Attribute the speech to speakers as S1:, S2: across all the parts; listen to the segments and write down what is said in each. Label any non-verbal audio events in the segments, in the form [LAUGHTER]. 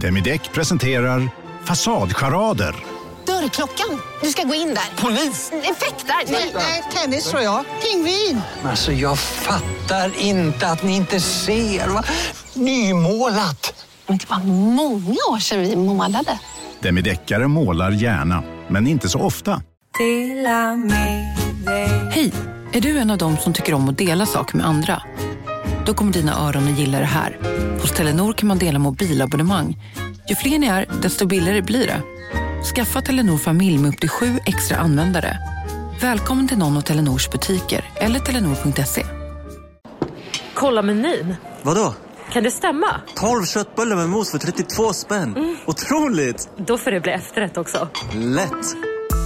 S1: Demideck presenterar Fasadcharader.
S2: Dörrklockan. Du ska gå in där. Polis? Effektar? Nej, nej, tennis tror jag. Pingvin.
S3: Alltså jag fattar inte att ni inte ser. Va? Nymålat!
S2: Men det var många år sedan vi målade.
S1: Demideckare målar gärna, men inte så ofta.
S4: Hej! Är du en av dem som tycker om att dela saker med andra? Då kommer dina öron att gilla det här. Hos Telenor kan man dela mobilabonnemang. Ju fler ni är, desto billigare blir det. Skaffa Telenor familj med upp till sju extra användare. Välkommen till någon av Telenors butiker eller telenor.se.
S5: Kolla menyn.
S3: Vadå?
S5: Kan det stämma?
S3: 12 köttbullar med mos för 32 spänn. Otroligt!
S5: Då får det bli efterrätt också.
S3: Lätt!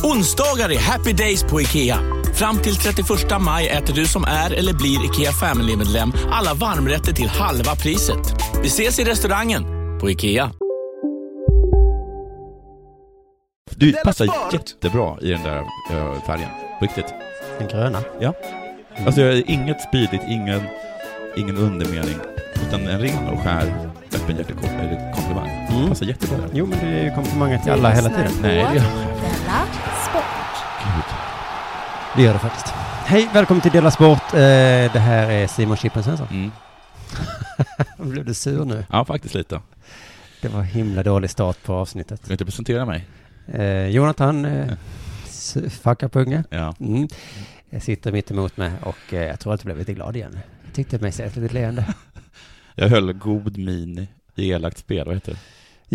S6: Onsdagar är happy days på IKEA. Fram till 31 maj äter du som är eller blir IKEA Family-medlem alla varmrätter till halva priset. Vi ses i restaurangen på IKEA.
S7: Du passar jättebra i den där eh, färgen. På riktigt.
S8: Den gröna. Mm.
S7: Ja. Alltså jag är inget spydigt, ingen, ingen undermening. Utan en ren och skär öppenhjärtig kom- eller komplimang.
S8: Mm.
S7: Passar jättebra där.
S8: Jo, men det är ju komplimanger till alla hela tiden.
S7: Nej, det
S8: [LAUGHS]
S7: gör
S8: Det gör det faktiskt. Hej, välkommen till Dela Sport. Eh, det här är Simon Chippen Svensson.
S7: mm.
S8: Blev du sur nu?
S7: Ja, faktiskt lite.
S8: Det var himla dålig start på avsnittet.
S7: Vill inte presentera mig?
S8: Eh, Jonathan eh, s- fuckar på unge.
S7: Ja.
S8: Mm. Jag sitter mitt emot mig och eh, jag tror att jag blev lite glad igen. Jag tyckte mig se ett litet leende.
S7: Jag höll god min i elakt spel. Vad heter det?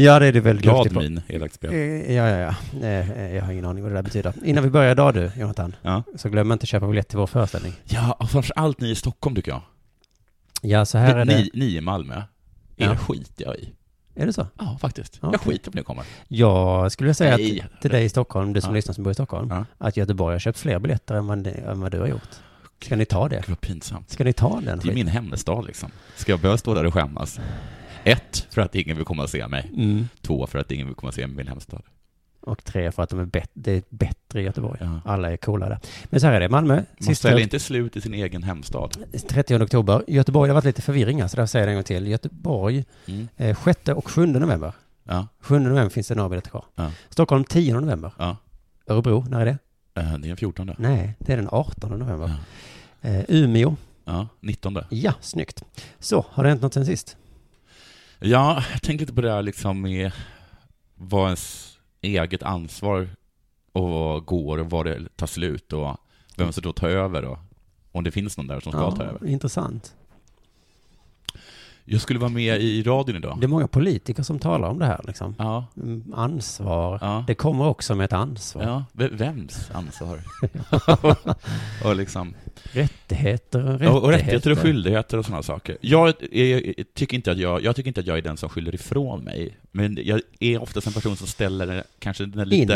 S8: Ja, det är du väldigt
S7: Glad
S8: duktig på.
S7: min i elakt spel.
S8: Eh, Ja, ja, ja. Eh, eh, Jag har ingen aning vad det där betyder. Innan vi börjar idag du, Jonathan,
S7: Ja.
S8: så glöm inte att köpa biljett till vår föreställning.
S7: Ja, och framför allt ni i Stockholm tycker jag.
S8: Ja, så här är det.
S7: Ni, ni i Malmö.
S8: Ja.
S7: Er skiter jag i.
S8: Är det så?
S7: Ja, faktiskt.
S8: Ja,
S7: Jag
S8: okej.
S7: skiter på om ni kommer.
S8: Jag skulle vilja säga
S7: Nej.
S8: att till dig i Stockholm, du som
S7: Ja.
S8: lyssnar som bor i Stockholm,
S7: Ja.
S8: att Göteborg har köpt fler biljetter än vad, än vad du har gjort. Ska ni ta det?
S7: Gud vad pinsamt.
S8: Ska ni ta den
S7: Det är
S8: skiten?
S7: min hemstad liksom. Ska jag börja stå där och skämmas? Ett, för att ingen vill komma och se mig.
S8: Mm.
S7: Två, för att ingen vill komma och se min hemstad.
S8: Och tre för att de är, bet- det är bättre i Göteborg.
S7: Ja.
S8: Alla är coola där. Men så här är det, Malmö,
S7: Man
S8: sista
S7: ställer inte slut i sin egen hemstad.
S8: 30 oktober. Göteborg, det har varit lite förvirring här, så därför säger jag det en gång till. Göteborg,
S7: Mm.
S8: eh, 6 och 7 november.
S7: Ja,
S8: 7 november finns det några biljetter kvar.
S7: Ja.
S8: Stockholm 10 november.
S7: ja.
S8: Örebro, när är det?
S7: Eh, Det är den 14.
S8: Nej, det är den 18 november. Eh, Umeå,
S7: Ja, 19.
S8: ja, snyggt. Så, har det hänt något sen sist?
S7: Ja, jag tänker lite på det här liksom med vad ens eget ansvar och vad går och var det tar slut och vem som då tar över och om det finns någon där som ska ta över.
S8: intressant.
S7: Jag skulle vara med i radion idag.
S8: Det är många politiker som talar om det här, liksom.
S7: Ja,
S8: Mm, Ansvar.
S7: Ja.
S8: Det kommer också med ett ansvar.
S7: ja. V- vems
S8: [LAUGHS]
S7: ansvar? och liksom...
S8: Rättigheter och rättigheter.
S7: Ja, och rättigheter och skyldigheter och sådana saker. Jag, är, tycker inte att jag, jag tycker inte att jag är den som skyller ifrån mig, men jag är oftast en person som ställer kanske den här lite...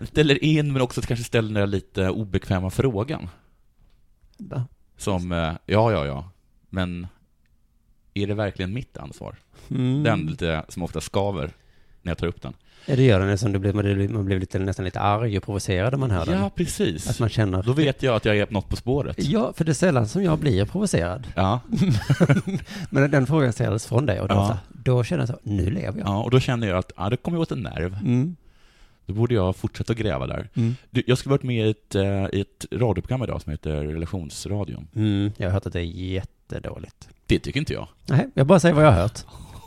S7: In. Ställer in, men också kanske ställer den här lite obekväma frågan.
S8: Va?
S7: Som, eh, ja, ja, ja, men är det verkligen mitt ansvar?
S8: Mm.
S7: Den lite som ofta skaver när jag tar upp den.
S8: Ja, det gör den eftersom du blir, man blir, man blir lite, nästan lite arg och provocerad om man hör
S7: Ja,
S8: den. Att
S7: precis.
S8: man känner...
S7: Då vet jag att jag är något på spåret.
S8: Ja, för det är sällan som jag blir provocerad. [LAUGHS]
S7: Ja,
S8: Men den frågan ställs från dig och då,
S7: Ja.
S8: så, här, då känner jag så, nu lever jag.
S7: ja, och då känner jag att, ja, det kommer jag åt en nerv.
S8: Mm.
S7: Då borde jag fortsätta att gräva där.
S8: Mm.
S7: Du, jag skulle varit med i ett, eh, i ett radioprogram idag som heter Relationsradion.
S8: Mm, jag har hört att det är jättedåligt.
S7: Det tycker inte jag.
S8: Nej, jag bara säger vad jag har hört.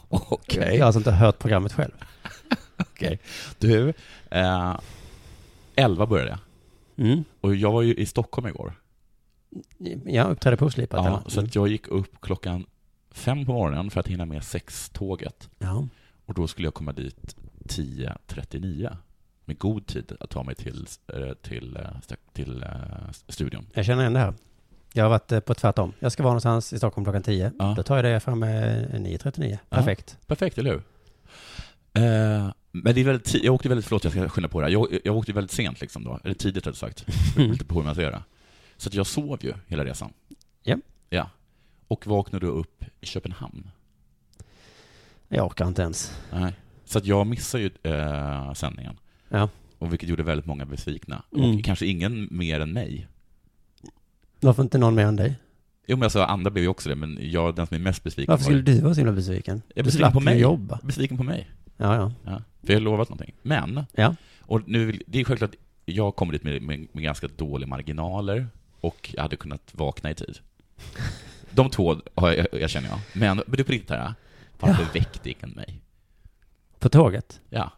S7: Okej.
S8: Jag har alltså inte hört programmet
S7: [LAUGHS]
S8: själv.
S7: Du, eh, 11 började jag.
S8: Mm.
S7: Och jag var ju i Stockholm igår.
S8: Jag uppträdde påslipat.
S7: Ja,
S8: Ja, Mm.
S7: så att jag gick upp klockan fem på morgonen för att hinna med sextåget.
S8: ja.
S7: Och då skulle jag komma dit 10.39. Med god tid att ta mig till, eh, till, eh, st- till eh, studion.
S8: Jag känner igen det här. Jag har varit eh, på tvärtom. Jag ska vara någonstans i Stockholm klockan 10.
S7: Ja.
S8: Då tar jag det fram eh, 9.39.
S7: Ja.
S8: Perfekt.
S7: Perfekt, eller hur? Eh, men det är väldigt ti- jag åkte väldigt, förlåt jag ska skynda på det här, jag, jag åkte väldigt sent liksom då, eller tidigt rättare sagt,
S8: Mm.
S7: lite på hur man ska göra. Så att jag sov ju hela resan.
S8: Ja.
S7: Ja. Och vaknade upp i Köpenhamn.
S8: Jag orkar inte ens.
S7: Nej. Så att jag missade ju eh, sändningen.
S8: Ja.
S7: Och vilket gjorde väldigt många besvikna.
S8: Mm.
S7: Och kanske ingen mer än mig.
S8: Varför inte någon mer än dig?
S7: Jo men alltså andra blev ju också det, men jag, den som är mest besviken
S8: Varför
S7: var
S8: skulle du vara så himla besviken?
S7: Jag
S8: du
S7: är besviken
S8: slapp
S7: på
S8: ju
S7: mig.
S8: jobba.
S7: besviken på mig. Ja, ja.
S6: Ja, för jag har lovat någonting. Men,
S7: Ja.
S6: och nu vill, det är självklart, jag kommer dit med, med, med ganska dåliga marginaler och jag hade kunnat vakna i tid. De två har jag, jag känner jag. Men, men det är på riktigt här, varför väckte ingen mig?
S7: På tåget?
S6: Ja.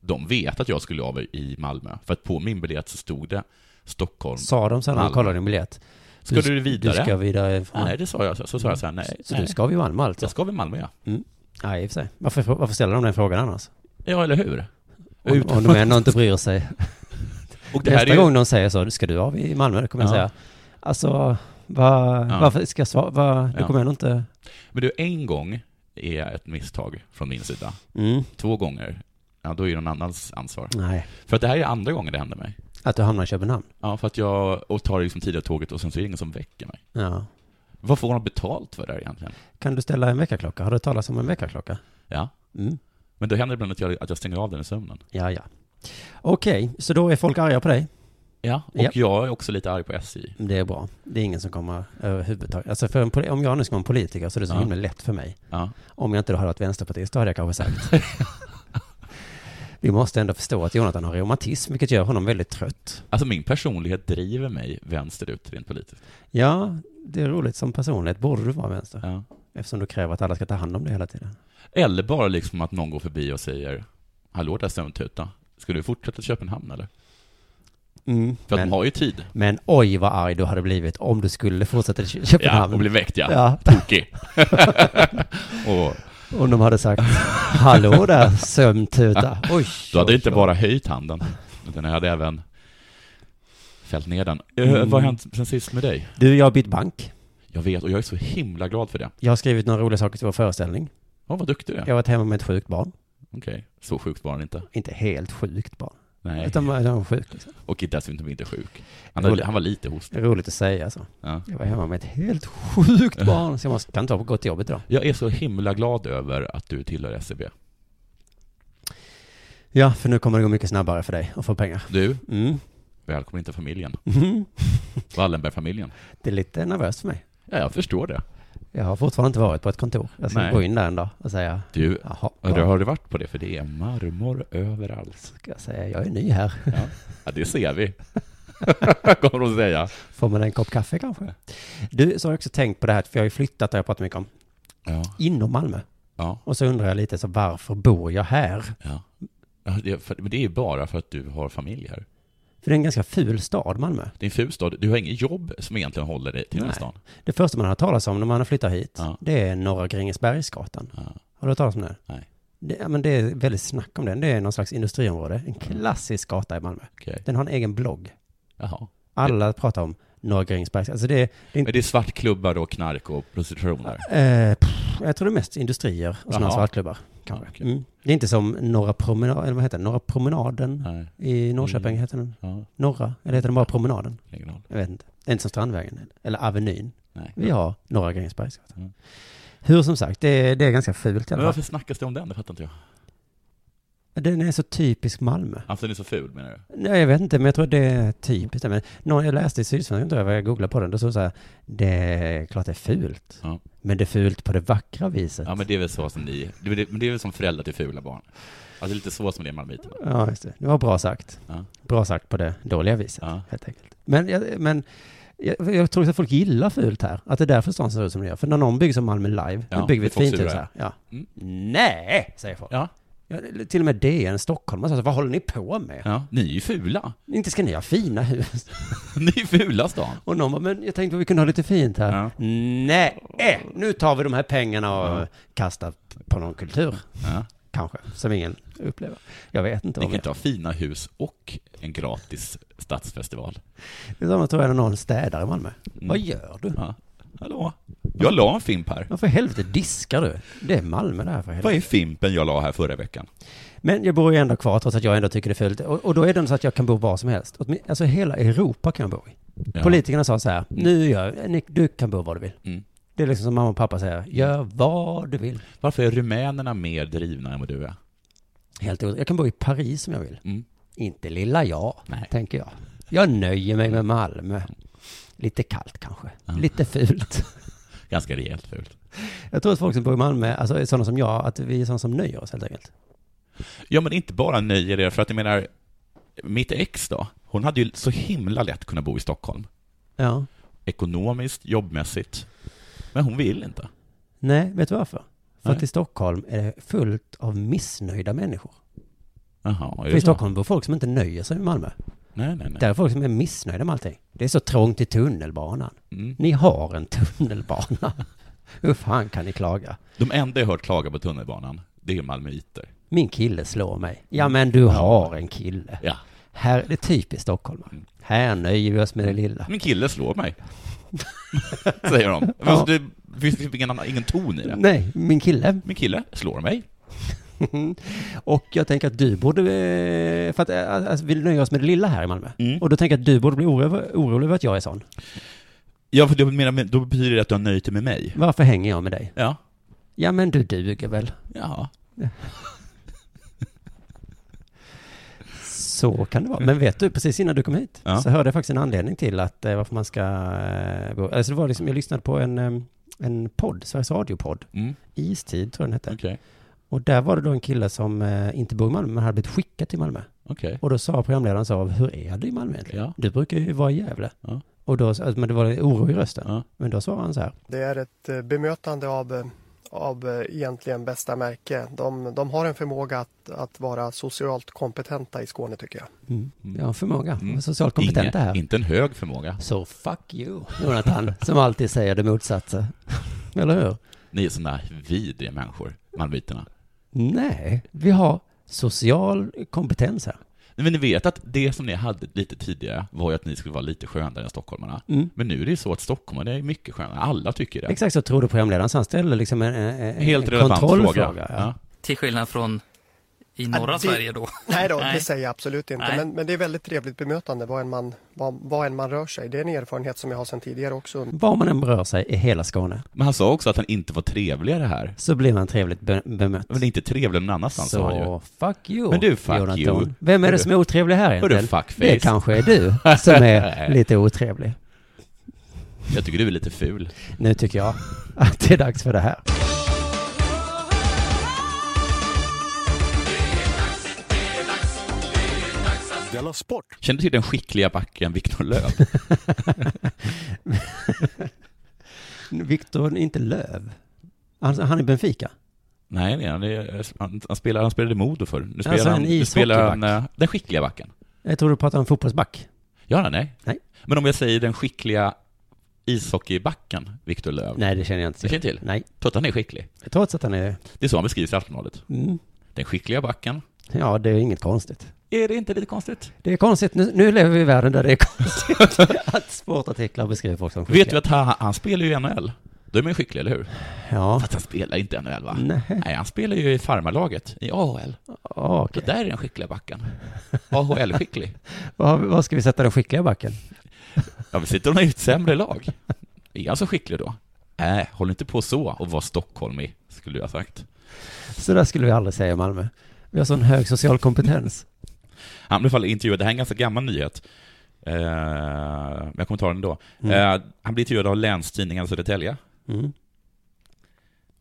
S6: De vet att jag skulle av i Malmö, för att på min biljett så stod det Stockholm.
S7: Sa de så när de
S6: Malmö.
S7: kollade din biljett?
S6: Ska du vidare?
S7: Du ska vidare. från-
S6: Nej, det sa jag. Så, så sa jag så här, nej.
S7: så
S6: nej.
S7: du ska vid Malmö alltså?
S6: Jag ska väl Malmö, ja.
S7: Nej, i och för sig. Varför, varför ställer de den frågan annars?
S6: Ja, eller hur?
S7: Om, om de ändå inte bryr sig.
S6: Och det här
S7: Nästa
S6: är ju-
S7: gång någon säger så, ska du av i Malmö? Då kommer jag
S6: Ja.
S7: säga, alltså, vad,
S6: Ja.
S7: varför ska jag svara? Vad, du
S6: Ja.
S7: kommer ändå inte...
S6: Men du, en gång är ett misstag från min sida.
S7: Mm.
S6: Två gånger, ja då är det någon annans ansvar.
S7: Nej,
S6: För att det här är andra gången det händer mig.
S7: att du hamnar i Köpenhamn.
S6: Ja, för att jag och tar liksom tidiga tåget och sen så är det ingen som väcker mig.
S7: Ja.
S6: Vad får man betalt för det här egentligen?
S7: Kan du ställa en väckarklocka? Har du talat om en väckarklocka?
S6: Ja,
S7: Mm.
S6: men då händer det ibland att jag, att jag stänger av den i sömnen.
S7: Ja, ja. Okej, så då är folk arga på dig.
S6: Ja, och
S7: Japp.
S6: jag är också lite arg på SJ.
S7: Det är bra. Det är ingen som kommer överhuvudtaget. Alltså för en, poli- om jag nu ska vara en politiker så är det så
S6: Ja.
S7: himla lätt för mig.
S6: Ja.
S7: Om jag inte då hade varit vänsterpartist, då hade jag kanske
S6: [LAUGHS]
S7: sagt. Vi måste ändå förstå att Jonathan har reumatism, vilket gör honom väldigt trött.
S6: Alltså min personlighet driver mig vänsterut rent politiskt.
S7: Ja, det är roligt som personlighet. Borde du vara vänster?
S6: Ja.
S7: Eftersom du kräver att alla ska ta hand om dig hela tiden.
S6: Eller bara liksom att någon går förbi och säger Hallå där sömntuta, ska du fortsätta till Köpenhamn eller?
S7: Mm,
S6: För att
S7: men,
S6: de har ju tid.
S7: men oj vad arg du hade blivit om du skulle fortsätta till Kö-
S6: Ja,
S7: Köpenhamn.
S6: och bli väckt ja.
S7: Ja, [LAUGHS]
S6: Tokig. [LAUGHS] och
S7: om de hade sagt hallå där sömntuta. Oj,
S6: Då hade
S7: oj,
S6: jag inte
S7: oj.
S6: bara höjt handen, utan jag hade även fällt ner den. Eh,
S7: Mm.
S6: Vad har hänt sen sist med dig?
S7: Du, jag har bytt bank.
S6: Jag vet, och jag är så himla glad för det.
S7: Jag har skrivit några roliga saker till vår föreställning.
S6: Åh, vad duktig du är.
S7: Jag har varit hemma med ett sjukt barn.
S6: Okej, så sjukt var han inte.
S7: Inte helt sjukt barn.
S6: Nej,
S7: Utan man var sjuk. Liksom.
S6: och inte dessutom inte sjuk. Han, hade, han var lite hostig.
S7: Det är roligt att säga så.
S6: Ja.
S7: Jag var hemma med ett helt sjukt barn. Så jag måste, kan inte gå till jobbet idag.
S6: Jag är så himla glad över att du tillhör E SCB.
S7: Ja, för nu kommer det gå mycket snabbare för dig att få pengar.
S6: Du,
S7: Mm.
S6: välkommen till familjen.
S7: Mhm.
S6: [LAUGHS] Wallenbergfamiljen.
S7: Det är lite nervöst för mig.
S6: Ja, jag förstår det.
S7: Jag har fortfarande inte varit på ett kontor. Jag ska
S6: Nej.
S7: gå in där en dag och säga,
S6: Du,
S7: jaha,
S6: har du-
S7: vad
S6: har du varit på det? För det är marmor
S7: [LAUGHS]
S6: överallt.
S7: ska jag säga? Jag är ny här.
S6: Ja, ja det ser vi. [LAUGHS] Kommer de säga.
S7: Får man en kopp kaffe kanske? Du, så har jag också tänkt på det här, för jag har ju flyttat, det har jag pratat mycket om,
S6: Ja,
S7: inom Malmö.
S6: ja.
S7: Och så undrar jag lite, så varför bor jag här?
S6: Ja. Ja, det, är för, men det är ju bara för att du har familj här.
S7: För det är en ganska ful stad, Malmö.
S6: Det är en ful stad. Du har inget jobb som egentligen håller dig till den här
S7: Nej.
S6: stan.
S7: Det första man har talat om när man har flyttat hit,
S6: Ja.
S7: det är Norra Grängesbergsgatan.
S6: Ja.
S7: Har du hört talas om den?
S6: Nej.
S7: Det, ja, men det är väldigt snack om den. Det är någon slags industriområde. En klassisk gata i Malmö.
S6: Okej.
S7: Den har en egen blogg.
S6: Jaha.
S7: Alla pratar om Norra Grängesbergs... Alltså det är... Det är
S6: Men
S7: inte,
S6: det är svartklubbar och knark och prostitution där.
S7: eh, pff, jag tror det är mest industrier och sådana
S6: Jaha.
S7: svartklubbar. Kanske.
S6: Okej.
S7: Mm. Det är inte som Norra Promenaden, eller vad heter den? Norra Promenaden
S6: Nej. Mm.
S7: i Norrköping heter den.
S6: Ja,
S7: Norra, eller heter den bara Promenaden?
S6: ingen roll.
S7: Jag vet inte. Det är inte som Strandvägen, eller Avenyn.
S6: Nej.
S7: Vi har Norra Grängesbergsgatan.
S6: Mm.
S7: Hur som sagt, det är, det är ganska fult i
S6: Men
S7: alla
S6: varför
S7: fall.
S6: snackas det om den? Det fattar inte jag.
S7: Den är så typisk Malmö.
S6: Alltså den är så ful menar du?
S7: Nej, jag vet inte, men jag tror det är typiskt. Men någon, jag läste i Sydsvenskan, tror jag, jag googlade på den, då stod det så här, det är klart det är fult.
S6: Ja.
S7: Men det är fult på det vackra viset.
S6: Ja men det är väl så som ni, det, det, men det är väl som föräldrar till fula barn. Alltså det är lite så som det är med malmöiterna.
S7: Ja, just det. Det var bra sagt.
S6: Ja.
S7: Bra sagt på det dåliga viset,
S6: Ja.
S7: helt enkelt. Men, jag, men jag, jag tror att folk gillar fult här. Att det är därför stan ser ut som den gör. För när någon bygger som Malmö Live,
S6: Ja,
S7: då bygger vi ett
S6: det är folk
S7: fint hus
S6: sura.
S7: här. Ja.
S6: Mm.
S7: Nej, säger folk.
S6: Ja.
S7: Ja, till och med DN Stockholm alltså, vad håller ni på med?
S6: ja. Ni är ju fula.
S7: Inte ska ni ha fina hus.
S6: [LAUGHS] Ni är fula stan.
S7: Och någon bara, men jag tänkte att vi kunde ha lite fint här.
S6: Ja.
S7: Nej, eh, nu tar vi de här pengarna och kastar på någon kultur.
S6: Ja.
S7: Kanske, som ingen upplever. Jag vet inte.
S6: Ni
S7: Vad
S6: kan
S7: man-
S6: inte ha fina hus och en gratis stadsfestival.
S7: Det är samma tror jag när någon städar i Malmö. Vad gör du?
S6: Ja. Hallå? Jag la en fimp här.
S7: Ja, för helvete diskar du? Det är Malmö det här för
S6: Vad
S7: helvete.
S6: är fimpen jag la här förra veckan?
S7: Men jag bor ju ändå kvar trots att jag ändå tycker det är fult. Och, och då är det ändå så att jag kan bo var som helst. Åtmin- Alltså hela Europa kan jag bo i.
S6: Ja.
S7: Politikerna sa så här, nu gör, Nick, du kan bo var du vill.
S6: Mm.
S7: Det är liksom som mamma och pappa säger, gör vad du vill.
S6: Varför är rumänerna mer drivna än vad du är?
S7: Helt otroligt. Jag kan bo i Paris som jag vill.
S6: Mm.
S7: Inte lilla jag,
S6: Nej.
S7: tänker jag. Jag nöjer mig med Malmö. Lite kallt kanske. Lite fult.
S6: Ganska rejält fult.
S7: Jag tror att folk som bor i Malmö, alltså är sådana som jag, att vi är sådana som nöjer oss helt enkelt.
S6: Ja, men inte bara nöjer er, för att jag menar, mitt ex då, hon hade ju så himla lätt kunnat bo i Stockholm.
S7: Ja.
S6: Ekonomiskt, jobbmässigt. Men hon vill inte.
S7: Nej, vet du varför? För att
S6: Nej.
S7: i Stockholm är det fullt av missnöjda människor.
S6: Jaha, är
S7: För
S6: det
S7: i
S6: så?
S7: Stockholm bor folk som inte nöjer sig med Malmö.
S6: Nej, nej, nej.
S7: Där är folk som är missnöjda med allting. Det är så trångt i tunnelbanan.
S6: Mm.
S7: Ni har en
S6: [LAUGHS]
S7: tunnelbana. Hur fan kan ni klaga?
S6: De enda jag hört klaga på tunnelbanan, det är malmöiter. Mm.
S7: Min kille slår mig. Ja men du har en kille.
S6: Ja. Mm.
S7: Här, det är typiskt stockholmare. Här nöjer vi oss med det lilla.
S6: Min kille slår mig.
S7: [LAUGHS]
S6: Säger de. Men alltså, det finns liksom ingen, annan- ingen ton i det.
S7: Nej, min kille.
S6: Min kille slår mig.
S7: Och jag tänker att du borde, eh, för att eh, alltså, vi nöjer oss med det lilla här i Malmö.
S6: Mm.
S7: Och då tänker jag att du borde bli oro- orolig över att jag är sån.
S6: Ja, för du menar, men då betyder det att du har nöjt dig med mig.
S7: Varför hänger jag med dig?
S6: Ja.
S7: Ja men du duger väl.
S6: Ja.
S7: Så kan det vara. Men vet du, precis innan du kom hit
S6: Ja.
S7: så hörde jag faktiskt en anledning till att eh, varför man ska eh, bo. Alltså det var liksom, jag lyssnade på en, eh, en podd, Sveriges Radio-podd,
S6: Mm.
S7: Istid tror jag den hette.
S6: Okej.
S7: Och där var det då en kille som eh, inte bor i Malmö men hade blivit skickad till Malmö.
S6: Okej.
S7: Och då sa programledaren så, hur är det i Malmö egentligen?
S6: Ja.
S7: Du brukar ju vara i Gävle.
S6: Ja.
S7: Och då, alltså, men det var en oro i rösten.
S6: Ja.
S7: Men då svarade han så här.
S9: Det är ett eh, bemötande av, eh, av eh, egentligen bästa märke. De, de har en förmåga att, att vara socialt kompetenta i Skåne tycker jag.
S7: Mm,
S6: Mm.
S7: jag har en förmåga, jag är
S6: Mm.
S7: socialt kompetent
S6: Inge-
S7: här.
S6: Inte en hög förmåga.
S7: Så fuck you, Jonathan, som alltid säger det motsatta. Eller hur?
S6: Ni är sådana vidriga människor, malmöiterna.
S7: Nej, vi har social kompetens här.
S6: Nej, Men ni vet att det som ni hade lite tidigare var ju att ni skulle vara lite skönare än stockholmarna.
S7: Mm.
S6: Men nu är det ju så att stockholmarna är mycket skönare. Alla tycker det.
S7: Exakt så trodde programledaren, så han ställde liksom en, en, en
S6: Helt
S7: en
S6: relevant
S7: kontrollfråga.
S6: fråga.
S7: Ja.
S6: Ja.
S10: Till skillnad från i
S9: norra
S10: norra
S9: det- Sverige
S10: Sverige då.
S9: [LAUGHS] Nej då, det
S10: Nej.
S9: säger jag absolut inte.
S10: Nej.
S9: Men, men det är väldigt trevligt bemötande vad än, man, vad, vad än man rör sig. Det är en erfarenhet som jag har sedan tidigare också.
S7: Var man än rör sig i hela Skåne
S6: Men han sa också att han inte var trevligare här.
S7: så blir man trevligt be- bemött.
S6: Men det är inte trevligare någon annanstans, sa han ju.
S7: Så fuck you,
S6: Men du, fuck
S7: Jonathan.
S6: you.
S7: Vem är
S6: Hörru.
S7: det som är otrevlig här egentligen?
S6: fuckface.
S7: Det kanske är du som
S6: [LAUGHS]
S7: är lite otrevlig.
S6: Jag tycker du är lite ful.
S7: Nu tycker jag att det är dags för det här.
S1: Della Sport.
S6: Känner till den skickliga backen Victor Löv?
S7: Viktor, inte Löv. Han, han är Benfica.
S6: nej, nej han, är, han, han, spelar, han spelade i Modo förr. Nu spelar
S7: Alltså,
S6: han,
S7: en
S6: nu spelar han
S7: ishockeyback.
S6: eh, den skickliga backen.
S7: Jag tror du pratar om fotbollsback.
S6: Ja, nej, nej.
S7: Nej.
S6: Men om jag säger den skickliga ishockeybacken Victor Löv.
S7: Nej, det känner jag inte
S6: Du känner till?
S7: Nej,
S6: Tror att han är skicklig?
S7: trots att han är...
S6: Det är så han beskrivs i Aftonbladet.
S7: Mm,
S6: Den skickliga backen.
S7: [LAUGHS] ja, det är inget konstigt.
S6: Är det inte lite konstigt?
S7: Det är konstigt, nu, nu lever vi i världen där det är konstigt att sportartiklar beskriver folk som skickliga.
S6: Vet du att han, han spelar ju i NHL? Då är man ju skicklig, eller hur?
S7: Ja,
S6: Fast han spelar inte i NHL, va?
S7: nej.
S6: Nej, han spelar ju i farmarlaget, i AHL.
S7: Ja,
S6: Så
S7: Ah, okej.
S6: där är den skickliga backen. AHL-skicklig.
S7: Vad vad ska vi sätta den skickliga backen?
S6: Ja, vi sitter och har ett sämre lag. Är han så skicklig då? Nej, håll inte på så och var stockholmig, skulle du ha sagt.
S7: Så där skulle vi aldrig säga i Malmö. Vi har sån hög social kompetens.
S6: Han blev i alla fall intervjuad, det här är en ganska gammal nyhet. Eh, men jag kommer ta den då.
S7: Mm.
S6: Eh, han blir intervjuad av Länstidningen Södertälje,
S7: Mm.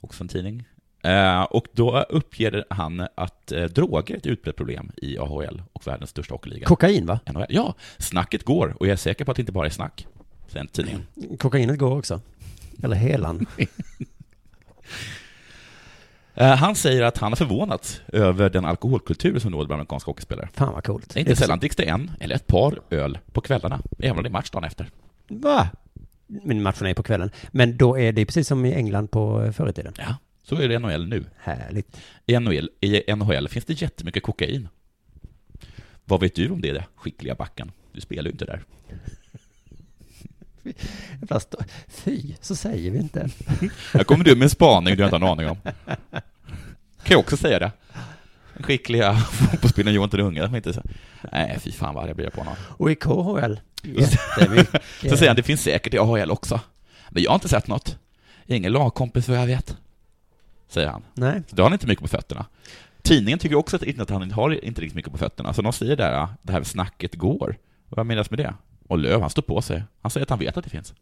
S6: också en tidning. Eh, och då uppger han att eh, droger är ett utbrett problem i AHL och världens största hockeyliga.
S7: Kokain va?
S6: NHL. Ja, snacket går och jag är säker på att det inte bara är snack. Sen tidningen.
S7: Kokainet går också. Eller helan.
S6: Eh, Han säger att han har förvånats över den alkoholkultur som råder bland amerikanska hockeyspelare.
S7: Fan vad coolt.
S6: Det är inte sällan dricks det en eller ett par öl på kvällarna, även om det är match dagen efter.
S7: Va? Men matchen är på kvällen. Men då är det precis som i England på eh, förr i tiden.
S6: Ja, så är det i NHL nu.
S7: Härligt.
S6: I NHL, I NHL finns det jättemycket kokain. Vad vet du om det, skickliga backen? Du spelar ju inte där.
S7: [LAUGHS] Fast då- fy, så säger vi inte.
S6: Här kommer du med en spaning du inte har en aning om. Kan jag också säga det. Den skickliga [LAUGHS] fotbollsspelaren Johan Drunge, de är inte så... Nej, fy fan vad arg jag blir på honom.
S7: Och i KHL, jättemycket.
S6: [LAUGHS] Så säger han, det finns säkert i AHL också. Men jag har inte sett något. Ingen lagkompis vad jag vet. Säger han.
S7: Nej.
S6: Så då har han inte mycket på fötterna. Tidningen tycker också att, att han inte har inte riktigt mycket på fötterna, så de säger där, ah, det här snacket går. Vad menas med det? Och Löv, han står på sig. Han säger att han vet att det finns.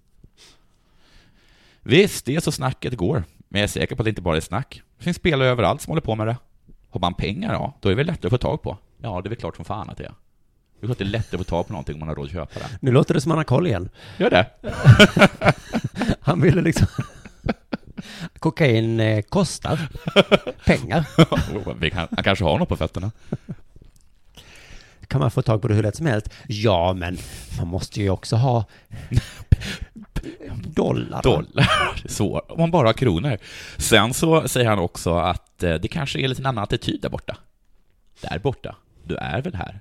S6: Visst, det är så snacket går. Men jag är säker på att det inte bara är snack. Det finns spelare överallt som håller på med det. Har man pengar, ja, då är det väl lättare att få tag på? Ja, det är väl klart som fan att det är. Det är klart det är lättare att få tag på någonting om man har råd att köpa det.
S7: Nu låter det som han har koll igen.
S6: Gör det?
S7: [LAUGHS] Han ville liksom... [LAUGHS] Kokain eh, kostar
S6: [LAUGHS]
S7: pengar.
S6: Vi kan, han kanske har något på fötterna.
S7: Kan man få tag på det hur lätt som helst? Ja, men man måste ju också ha dollar.
S6: dollar. [LAUGHS] Så, om man bara har kronor. Sen så säger han också att eh, det kanske är lite en annan attityd där borta. Där borta, du är väl här,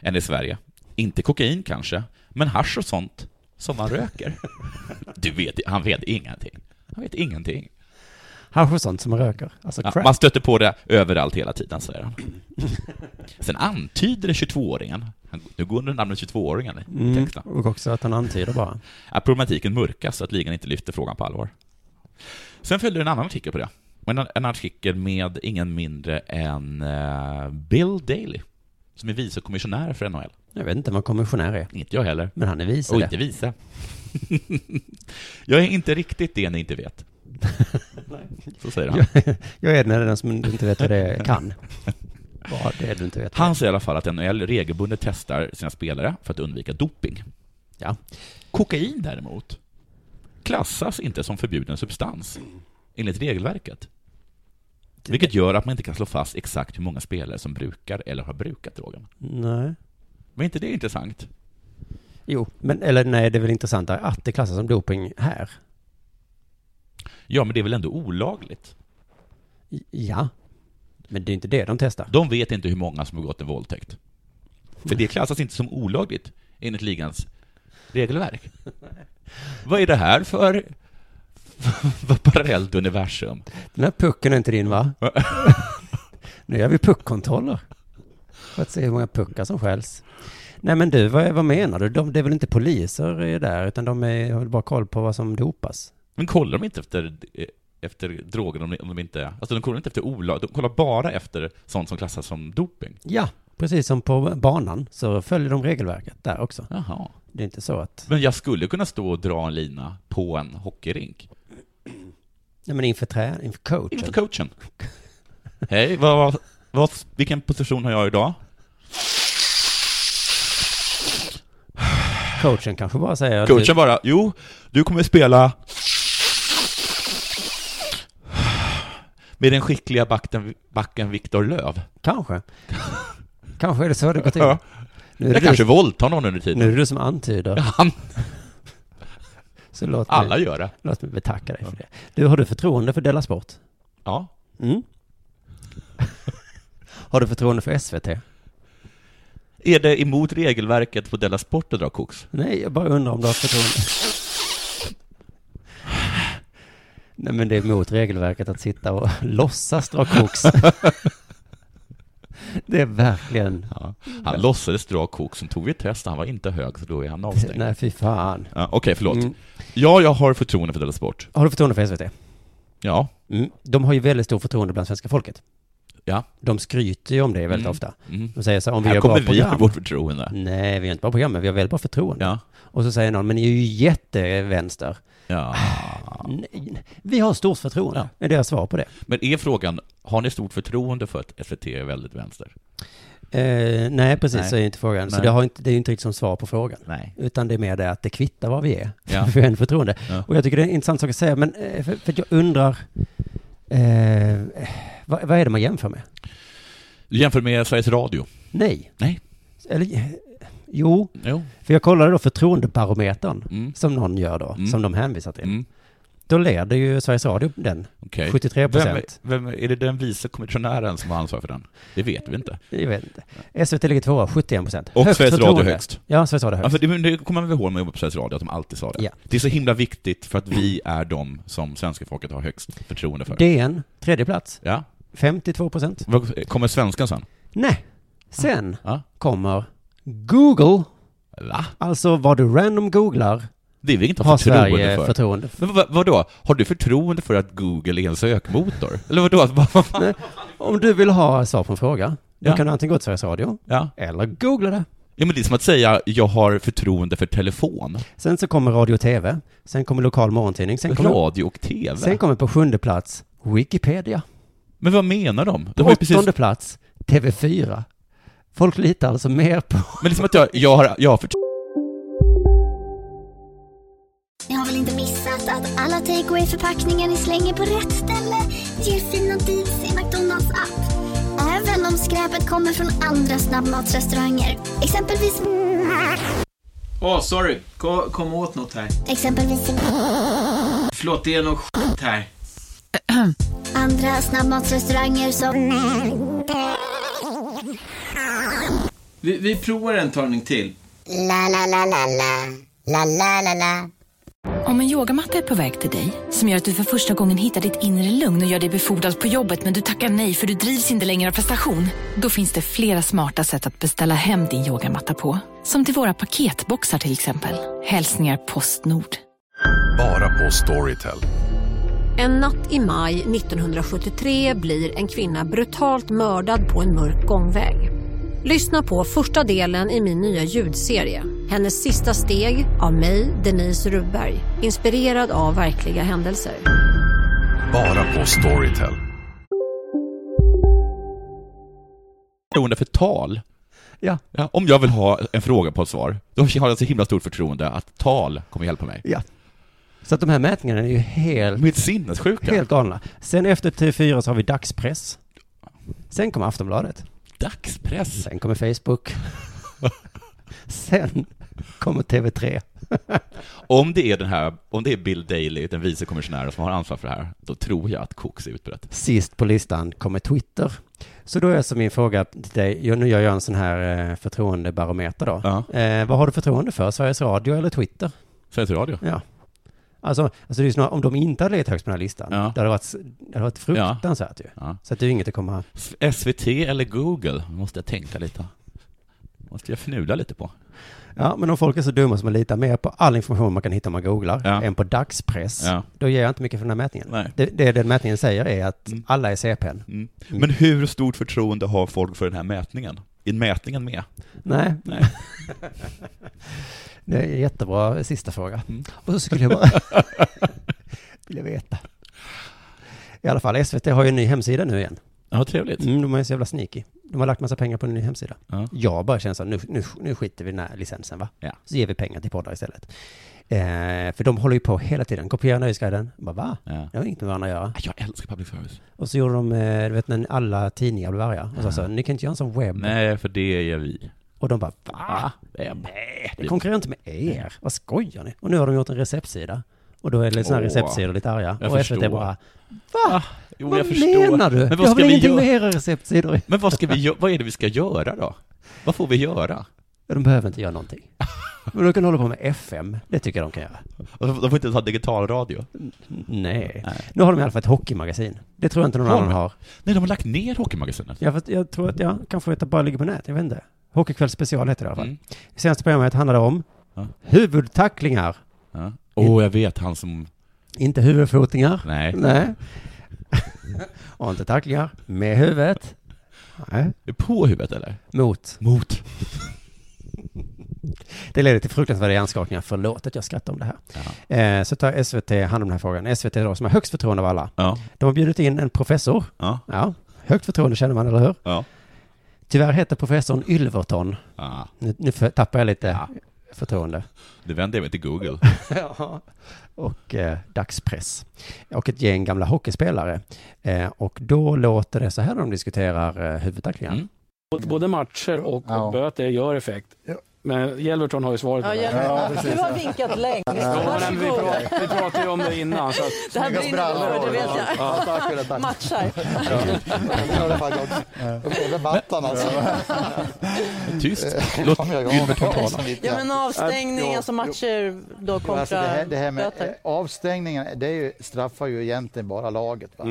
S6: än i Sverige. Inte kokain kanske, men hasch och sånt som man röker. [LAUGHS] Du vet, han vet ingenting. Han vet ingenting.
S7: Hasch och sånt som man röker. Alltså
S6: Ja,
S7: crack.
S6: man stöter på det överallt hela tiden, säger han. Sen antyder det 22-åringen, han- nu går under namnet 22-åringen i
S7: mm,
S6: texten,
S7: och också att han antyder bara.
S6: att problematiken mörkas så att ligan inte lyfter frågan på allvar. Sen följde en annan artikel på det. En, en artikel med ingen mindre än eh, Bill Daley, som är vice kommissionär för NHL.
S7: Jag vet inte vad kommissionär är,
S6: Inte jag heller.
S7: men han är vice.
S6: Och
S7: det.
S6: inte vice. [LAUGHS] jag är inte riktigt det ni inte vet. Så säger han.
S7: Jag är den, här den som inte vet vad det kan. Vad det är du inte vet.
S6: Han säger i alla fall att NHL regelbundet testar sina spelare för att undvika doping.
S7: Ja.
S6: Kokain däremot klassas inte som förbjuden substans enligt regelverket. Vilket gör att man inte kan slå fast exakt hur många spelare som brukar eller har brukat drogen.
S7: Nej.
S6: Men inte det är intressant?
S7: Jo, men eller nej, det är väl intressant att det klassas som doping här.
S6: Ja, men det är väl ändå olagligt?
S7: I- Ja. Men det är inte det de testar.
S6: De vet inte hur många som begått en våldtäkt. För det klassas inte som olagligt enligt ligans regelverk. Vad är det här för, [LAUGHS] för parallellt universum?
S7: Den här pucken är inte din va? nu gör vi puckkontroller. För att se hur många puckar som stjäls. Nej men du, vad, vad menar du? De, det är väl inte poliser är där, utan de är, har väl bara koll på vad som dopas?
S6: Men kollar de inte efter, eh, efter droger om de, om de inte... Alltså de kollar inte efter olag, de kollar bara efter sånt som klassas som doping.
S7: Ja, precis som på banan så följer de regelverket där också.
S6: Jaha.
S7: Det är inte så att...
S6: Men jag skulle kunna stå och dra en lina på en hockeyrink.
S7: Nej men inför trä, inför coachen.
S6: Inför coachen. Hej, vad, vad, vad, vilken position har jag idag?
S7: coachen kanske bara säger...
S6: Coachen bara, jo, du kommer spela med den skickliga backen, backen Viktor Löv.
S7: Kanske. kanske är det så det går till.
S6: Ja.
S7: Nu är det,
S6: Jag
S7: du,
S6: kanske våldtar någon under
S7: nu är
S6: tiden.
S7: det du som antyder.
S6: Han,
S7: Så låt mig,
S6: alla gör det.
S7: låt mig betacka dig för det. Du, har du förtroende för Della Sport?
S6: Ja.
S7: Mm. har du förtroende för SVT?
S6: Är det emot regelverket på Della Sport att dra koks?
S7: Nej, jag bara undrar om du har förtroende. Nej, men det är mot regelverket att sitta och [LAUGHS] låtsas dra koks. det är verkligen...
S6: Ja. Han låtsades dra koks, som tog vi ett test, han var inte hög, så då är han avstängd.
S7: Nej, fy fan.
S6: Ja, Okej, förlåt.
S7: Mm.
S6: Ja, jag har förtroende för Della Sport.
S7: Har du förtroende för SVT?
S6: Ja.
S7: Mm. De har ju väldigt stort förtroende bland svenska folket.
S6: Ja.
S7: De skryter ju om det väldigt
S6: Mm.
S7: ofta.
S6: Mm.
S7: De säger så här, om vi
S6: Här
S7: gör bra
S6: kommer vi med
S7: program.
S6: vårt förtroende.
S7: Nej, vi gör inte bra program, men vi har väldigt bra förtroende.
S6: Ja.
S7: Och så säger någon, men ni är ju jättevänster.
S6: ja.
S7: Nej, vi har stort förtroende. Är deras svar på det?
S6: Men är frågan, har ni stort förtroende för att SVT är väldigt vänster?
S7: Eh, nej, precis
S6: Nej.
S7: så är ju inte frågan. Så
S6: Nej.
S7: det, har inte, det är ju inte riktigt som svar på frågan.
S6: Nej.
S7: Utan det är mer det att det kvittar vad vi är.
S6: Ja.
S7: vi har en förtroende.
S6: Ja.
S7: Och jag tycker det är en intressant sak att säga, men eh, för, för att jag undrar, eh, vad, vad är det man jämför med?
S6: Jämför med Sveriges Radio.
S7: Nej.
S6: Nej.
S7: Eller, eh, jo,
S6: Jo.
S7: För jag kollade då förtroendebarometern,
S6: Mm.
S7: som någon gör då,
S6: Mm.
S7: som de hänvisar till.
S6: Mm.
S7: Då leder ju Sveriges Radio den,
S6: Okej.
S7: 73
S6: Vem,
S7: procent.
S6: vem, är det den vice kommissionären som har ansvar för den? Det vet vi inte.
S7: Jag vet inte. SVT ligger tvåa, 71 procent.
S6: Och Sveriges Radio högst.
S7: Ja, Sveriges Radio högst.
S6: Ja, för Alltså, det, men det kommer man väl ihåg när man jobbade på Sveriges Radio, att de alltid sa det.
S7: Ja. Mm.
S6: Det är så himla viktigt för att vi är de som svenska folket har högst förtroende för.
S7: DN, tredje plats,
S6: Ja.
S7: 52 procent.
S6: Vad- Kommer svenskan sen?
S7: Nej, sen
S6: Ja.
S7: kommer Google,
S6: Va?
S7: alltså vad du random googlar,
S6: Det är vi inte
S7: har
S6: har förtroende
S7: Sverige
S6: för.
S7: förtroende för.
S6: Men vad, vadå? Har du förtroende för att Google är en sökmotor? Eller vadå? [LAUGHS] Vad, vad fan?
S7: Nej, Om du vill ha svar på en fråga, då
S6: Ja.
S7: kan du antingen gå till Sveriges Radio,
S6: Ja.
S7: eller googla det.
S6: ja, men det är som liksom att säga jag har förtroende för telefon,
S7: Sen så kommer radio och tv, sen kommer lokal morgontidning, sen kommer...
S6: radio och TV.
S7: Sen kommer på sjunde plats Wikipedia.
S6: Men vad menar de? de
S7: På
S6: har ju
S7: åttonde plats, TV4. Folk litar alltså mer på...
S6: Men liksom att jag, jag har, jag har för...
S2: Ni har väl inte missat att alla takeaway förpackningar ni slänger på rätt ställe ger fina deals i McDonalds app. Även om skräpet kommer från andra snabbmatsrestauranger. Exempelvis...
S11: Åh, sorry. Kom, kom åt något här.
S2: Exempelvis...
S11: Förlåt, det är något skit [LAUGHS] här.
S2: Andra snabbmatsrestauranger som...
S11: Vi, vi provar en talning till.
S12: La la la la la. La la la la.
S4: Om en yogamatta är på väg till dig, som gör att du för första gången hittar ditt inre lugn och gör dig befordrad på jobbet men du tackar nej för du drivs inte längre av prestation. Då finns det flera smarta sätt att beställa hem din yogamatta på. Som till våra paketboxar till exempel. Hälsningar Postnord.
S13: Bara på Storytel.
S14: En natt i maj 1973 blir en kvinna brutalt mördad på en mörk gångväg. Lyssna på första delen i min nya ljudserie. Hennes sista steg av mig, Denise Rubberg. Inspirerad av verkliga händelser.
S13: Bara på Storytel.
S6: förtroende för tal.
S7: Ja.
S6: om jag vill ha en fråga på ett svar, då har jag så himla stort förtroende att tal kommer hjälpa mig.
S7: Ja. Så att de här mätningarna är ju helt...
S6: Mitt sinnessjuka.
S7: Helt galna. Sen efter TV4 så har vi dagspress. Sen kommer Aftonbladet.
S6: Dagspress?
S7: Sen kommer
S6: [LAUGHS]
S7: Facebook. Sen kommer [LAUGHS] TV3.
S6: Om det är den här, om det är Bill Daley, den vice kommissionären som har ansvar för det här, då tror jag att koks är utbrett.
S7: Sist på listan kommer Twitter. Så då är alltså min fråga till dig, jag- nu gör jag en sån här eh, förtroendebarometer då. Eh, vad har du förtroende för, Sveriges Radio eller Twitter?
S6: Sveriges Radio.
S7: Ja. Alltså, alltså det är ju snarare, om de inte hade legat högst på den här listan, det, hade varit, s- det hade varit fruktansvärt ju. Så att det är ju inget att komma...
S6: SVT eller Google, måste jag tänka lite. Måste jag fnula lite på.
S7: Ja, men om folk är så dumma som man litar mer på all information man kan hitta om man googlar,
S6: Ja.
S7: än på dagspress,
S6: Ja.
S7: då ger jag inte mycket för den här mätningen.
S6: Nej.
S7: Det, det den mätningen säger är att alla är CPN.
S6: Mm. Men hur stort förtroende har folk för den här mätningen? Är mätningen med?
S7: Nej.
S6: Nej.
S7: [LAUGHS] Det är en jättebra sista fråga.
S6: Mm.
S7: Och så skulle jag bara
S6: [LAUGHS]
S7: vilja veta. I alla fall, SVT har ju en ny hemsida nu igen.
S6: Ja, trevligt.
S7: Mm, de är så jävla sneaky. De har lagt massa pengar på en ny hemsida. Jag bara känner så här, nu, nu, nu skiter vi i den här licensen va?
S6: Ja.
S7: Så ger vi pengar till poddar istället. Eh, för de håller ju på hela tiden, kopierar Nöjesguiden. Bara va? Det har inget med varandra att göra.
S6: Jag älskar public service.
S7: Och så gjorde de, eh, du vet när alla tidningar blev arga. Och sa så,
S6: Ja.
S7: här, ni kan inte göra en sån webb.
S6: Nej, för det gör vi.
S7: Och de bara, va?
S6: Nej,
S7: det konkurrerar inte med er. Vad skojar ni? Och nu har de gjort en receptsida. Och då är det lite sådana
S6: Åh.
S7: receptsidor lite arga.
S6: Jag
S7: och
S6: förstår.
S7: SVT bara,
S6: Va? Jo,
S7: Vad
S6: jag förstår.
S7: menar du?
S6: Men
S7: Jag har
S6: vad ska
S7: väl
S6: vi
S7: ingenting
S6: göra?
S7: med era receptsidor
S6: Men vad ska vi gö- Vad är det vi ska göra då? Vad får vi göra?
S7: de behöver inte göra
S6: [LAUGHS]
S7: någonting. Men de kan hålla på med FM. Det tycker jag de kan göra.
S6: Och De får inte ens ha digital radio.
S7: Nej. Nu har de i alla fall ett hockeymagasin. Det tror jag inte någon
S6: Har de?
S7: annan har.
S6: Nej, de har lagt ner Hockeymagasinet.
S7: Ja, fast jag tror att, ja, kanske att det bara ligger på nätet. Jag vet inte. Hockeykväll special heter det i alla fall.
S6: Mm.
S7: Senaste programmet handlade om huvudtacklingar.
S6: Ja. Åh, jag vet han som...
S7: Inte huvudfotingar.
S6: Nej.
S7: Nej. Och inte tacklingar. Med huvudet. Nej.
S6: På huvudet eller?
S7: Mot.
S6: Mot.
S7: Det leder till fruktansvärda hjärnskakningar. Förlåt att jag skrattar om det här. Eh, så tar SVT hand om den här frågan. SVT då, som har högst förtroende av alla.
S6: Ja.
S7: De har bjudit in en professor.
S6: Ja.
S7: Högt förtroende känner man, eller hur?
S6: Ja.
S7: Tyvärr heter professorn Ylverton.
S6: Ja.
S7: Nu, nu för- tappar jag lite förtroende.
S6: Ah. Det vänder jag mig
S7: [LAUGHS]
S6: till Google.
S7: Ja. Och eh, dagspress. Och ett gäng gamla hockeyspelare. Eh, och då låter det så här när de diskuterar eh, huvudtacklingar.
S15: Både matcher och, och böter gör effekt. Men Jelverton har ju svaret. på det.
S16: du har vinkat länge.
S15: Ja, nej, men vi, pratade, vi pratade ju om det innan. Så att...
S16: Det här brinner för, det vet jag.
S15: Ja.
S16: Matchar.
S17: Över mattan alltså.
S6: Tyst.
S17: Låt Gylberton tala.
S16: Ja, men avstängning, alltså matcher
S17: Jo,
S16: då kontra
S17: Alltså det, här, det här med
S16: böter.
S17: eh, avstängningen, det är ju, straffar ju egentligen bara laget. Va?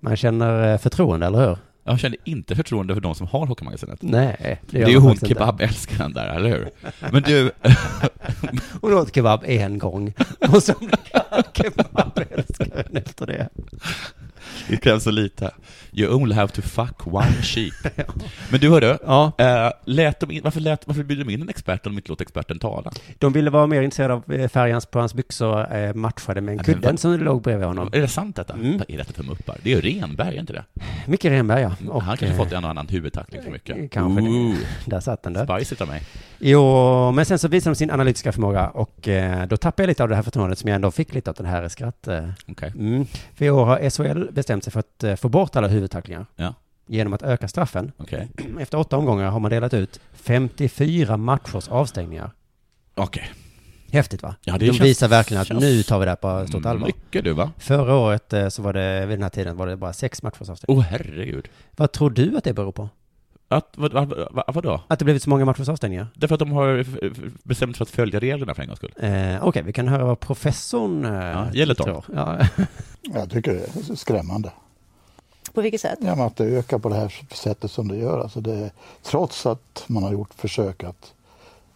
S7: Man känner eh, förtroende, eller hur?
S6: Jag känner inte förtroende för de som har Hockeymagasinet.
S7: Nej, det gör
S6: Det, är
S7: man
S6: ju hon
S7: faktiskt inte.
S6: kebabälskaren där, eller hur?
S7: [LAUGHS]
S6: Men du...
S7: Hon åt kebab [LAUGHS] en gång och så blev hon kebabälskaren efter det.
S6: Det krävs så lite. You only have to fuck one sheep. Men du hörru, ja. eh, lät de in, varför, lät, varför bjuder de in en expert om de inte låter experten tala?
S7: De ville vara mer intresserade av eh, färgen på hans byxor eh, matchade med en
S6: men
S7: kudden
S6: vad-
S7: som låg bredvid honom. Mm.
S6: Är det sant detta? Vad är detta för muppar? Det är ju Renberg, är inte det?
S7: Micke Renberg, ja.
S6: Han kanske
S7: eh,
S6: fått en och annan huvudtackling för mycket.
S7: Kanske det.
S6: Ooh.
S7: Där satt den där.
S6: Spicy av mig.
S7: Jo, men sen så visade de sin analytiska förmåga och eh, då tappade jag lite av det här förtroendet som jag ändå fick lite av den här skratt. eh. Mm. För i år har SHL bestämt sig för att eh, få bort alla huvudtacklingar
S6: Ja.
S7: genom att öka straffen.
S6: Okej.
S7: [CLEARS THROAT] Efter åtta omgångar har man delat ut 54 matchers avstängningar.
S6: Okej.
S7: Häftigt va?
S6: Ja, det
S7: De
S6: känns-
S7: visar verkligen att
S6: känns- Mm.
S7: nu tar vi det här på stort allvar.
S6: Mycket du, va?
S7: Förra året eh, så var det, vid den här tiden, var det bara sex matchers avstängning.
S6: Åh oh, herregud.
S7: Vad tror du att det beror på?
S6: Att, vad, vad, vad, vadå?
S7: Att det blivit så många matchers avstängningar?
S6: Därför att de har f- f- bestämt sig för att följa reglerna för en gångs skull.
S7: Eh, Okej, vi kan höra vad professorn eh,
S6: Ja, Gälletorp.
S7: tror. Ja.
S8: Jag tycker det är skrämmande.
S16: På vilket sätt?
S8: Ja, men att det ökar på det här sättet som det gör. Alltså det, trots att man har gjort försök att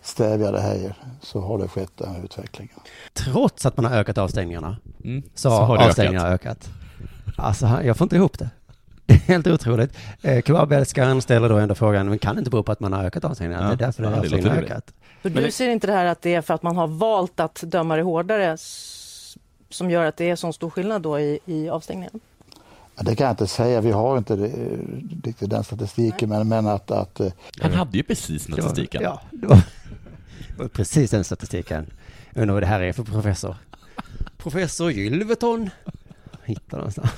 S8: stävja det här så har det skett den här utvecklingen.
S7: Trots att man har ökat avstängningarna
S8: Mm. Så
S7: så
S8: har
S7: har
S8: det
S7: avstängningarna ökat. Alltså, han- jag får inte ihop det. Det är helt otroligt. Eh, Kebabälskaren ställer då ändå frågan, men kan det inte bero på att man har ökat avstängningarna?
S6: Ja.
S7: Det är därför
S6: Ja,
S7: det
S6: det
S7: har
S6: låter
S7: avstängningarna har
S6: rimligt.
S7: ökat.
S16: För
S6: Men
S16: du
S6: det-
S16: ser inte det här att det är för att man har valt att döma det hårdare s- som gör att det är sån stor skillnad då i, i avstängningen?
S8: Ja, Det kan jag inte säga, vi har inte eh, riktigt den statistiken, men, men att, att... eh,
S6: Han hade ju precis statistiken.
S7: Ja, det var det var precis den statistiken. Jag undrar vad det här är för professor. Professor Gylveton. Hittar någonstans.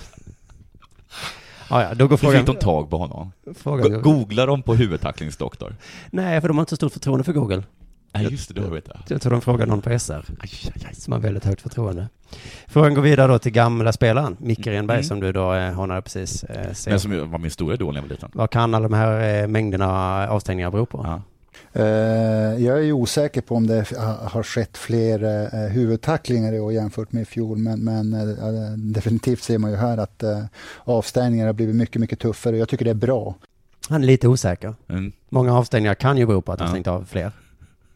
S7: Ja, ja, då går
S6: Hur
S7: frågan...
S6: fick de tag på honom?
S7: Frågan
S6: Go-
S7: går-
S6: Googlar de på huvudtacklingsdoktor?
S7: Nej, för de har inte så stort förtroende för Google.
S6: Nej, just det, det har vi inte.
S7: Jag tror de frågar någon på SR. Som har väldigt högt förtroende. Frågan går vidare då till gamla spelaren, Micke Renberg,
S6: Mm.
S7: som du då eh, honade precis. Eh, ser.
S6: Men som ju var min stora idol när jag var liten.
S7: Vad kan alla de här eh, mängderna avstängningar bero på?
S18: Eh, Jag är ju osäker på om det ha- har skett fler eh, huvudtacklingar i år jämfört med i fjol, men, men eh, definitivt ser man ju här att eh, avstängningar har blivit mycket, mycket tuffare. Jag tycker det är bra.
S7: Han är lite osäker.
S6: Mm.
S7: Många avstängningar kan ju bero på att de
S6: Ja.
S7: stängt av fler.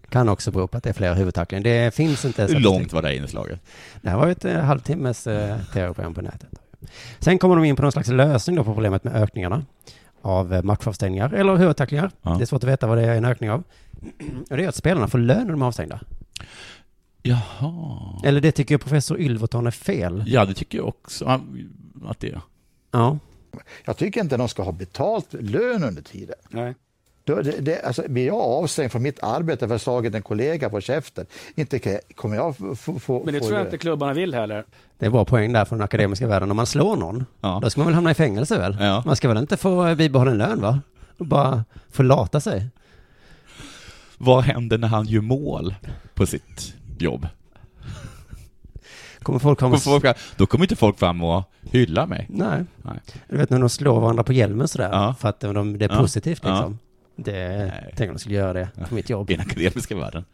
S7: Kan också bero på att det är fler huvudtacklingar. Det finns inte...
S6: Hur
S7: statistik.
S6: långt var det här inslaget?
S7: Det här var ju ett eh, halvtimmes eh, tv-program på nätet. Sen kommer de in på någon slags lösning då på problemet med ökningarna av eh, matchavstängningar eller huvudtacklingar.
S6: Ja.
S7: Det är svårt att veta vad det är en ökning av. Och det är att spelarna får lön när de är avstängda.
S6: Jaha.
S7: Eller det tycker ju professor Ylverton är fel.
S6: Ja, det tycker jag också han- att det är.
S7: Ja.
S8: Jag tycker inte de ska ha betalt lön under tiden.
S15: Nej.
S8: Då, det, det, alltså, blir jag avstängd från mitt arbete för att jag slagit en kollega på käften, inte kan jag- kommer jag få... få- få
S15: Men det
S8: få
S15: tror jag
S8: lön.
S15: inte klubbarna vill heller.
S7: Det är bra poäng där från den akademiska världen. Om man slår någon, då ska man väl hamna i fängelse väl? Man ska väl inte få eh, bibehållen lön va? Och bara få lata sig.
S6: Vad händer när han gör mål på sitt jobb?
S7: Kommer folk ha...
S6: Kommer folk, då kommer inte folk fram och hylla mig.
S7: Nej.
S6: Nej.
S7: Du vet när de slår varandra på hjälmen sådär,
S6: Ja.
S7: för att de, det är
S6: Ja.
S7: positivt
S6: Ja.
S7: liksom. Det, tänk om de skulle göra det på mitt jobb.
S6: I den akademiska världen.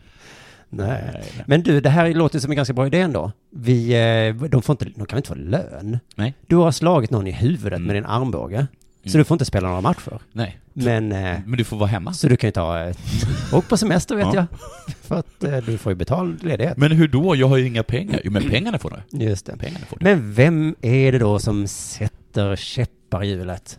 S7: Nej. Men du, det här låter som en ganska bra idé ändå. Vi, eh, de, får inte, de kan inte få lön.
S6: Nej. Mm.
S7: Du har slagit någon i huvudet med din armbåge, så du får inte spela några matcher.
S6: Nej.
S7: Men, eh,
S6: Men du får vara hemma.
S7: Så du kan ju ta, eh, åk på semester vet
S6: Ja.
S7: jag. [LAUGHS] För att eh, du får ju betald ledighet.
S6: Men hur då? Jag har ju inga pengar. Jo, men pengarna får du.
S7: Just det.
S6: Pengarna får du.
S7: Men vem är det då som sätter käppar i hjulet?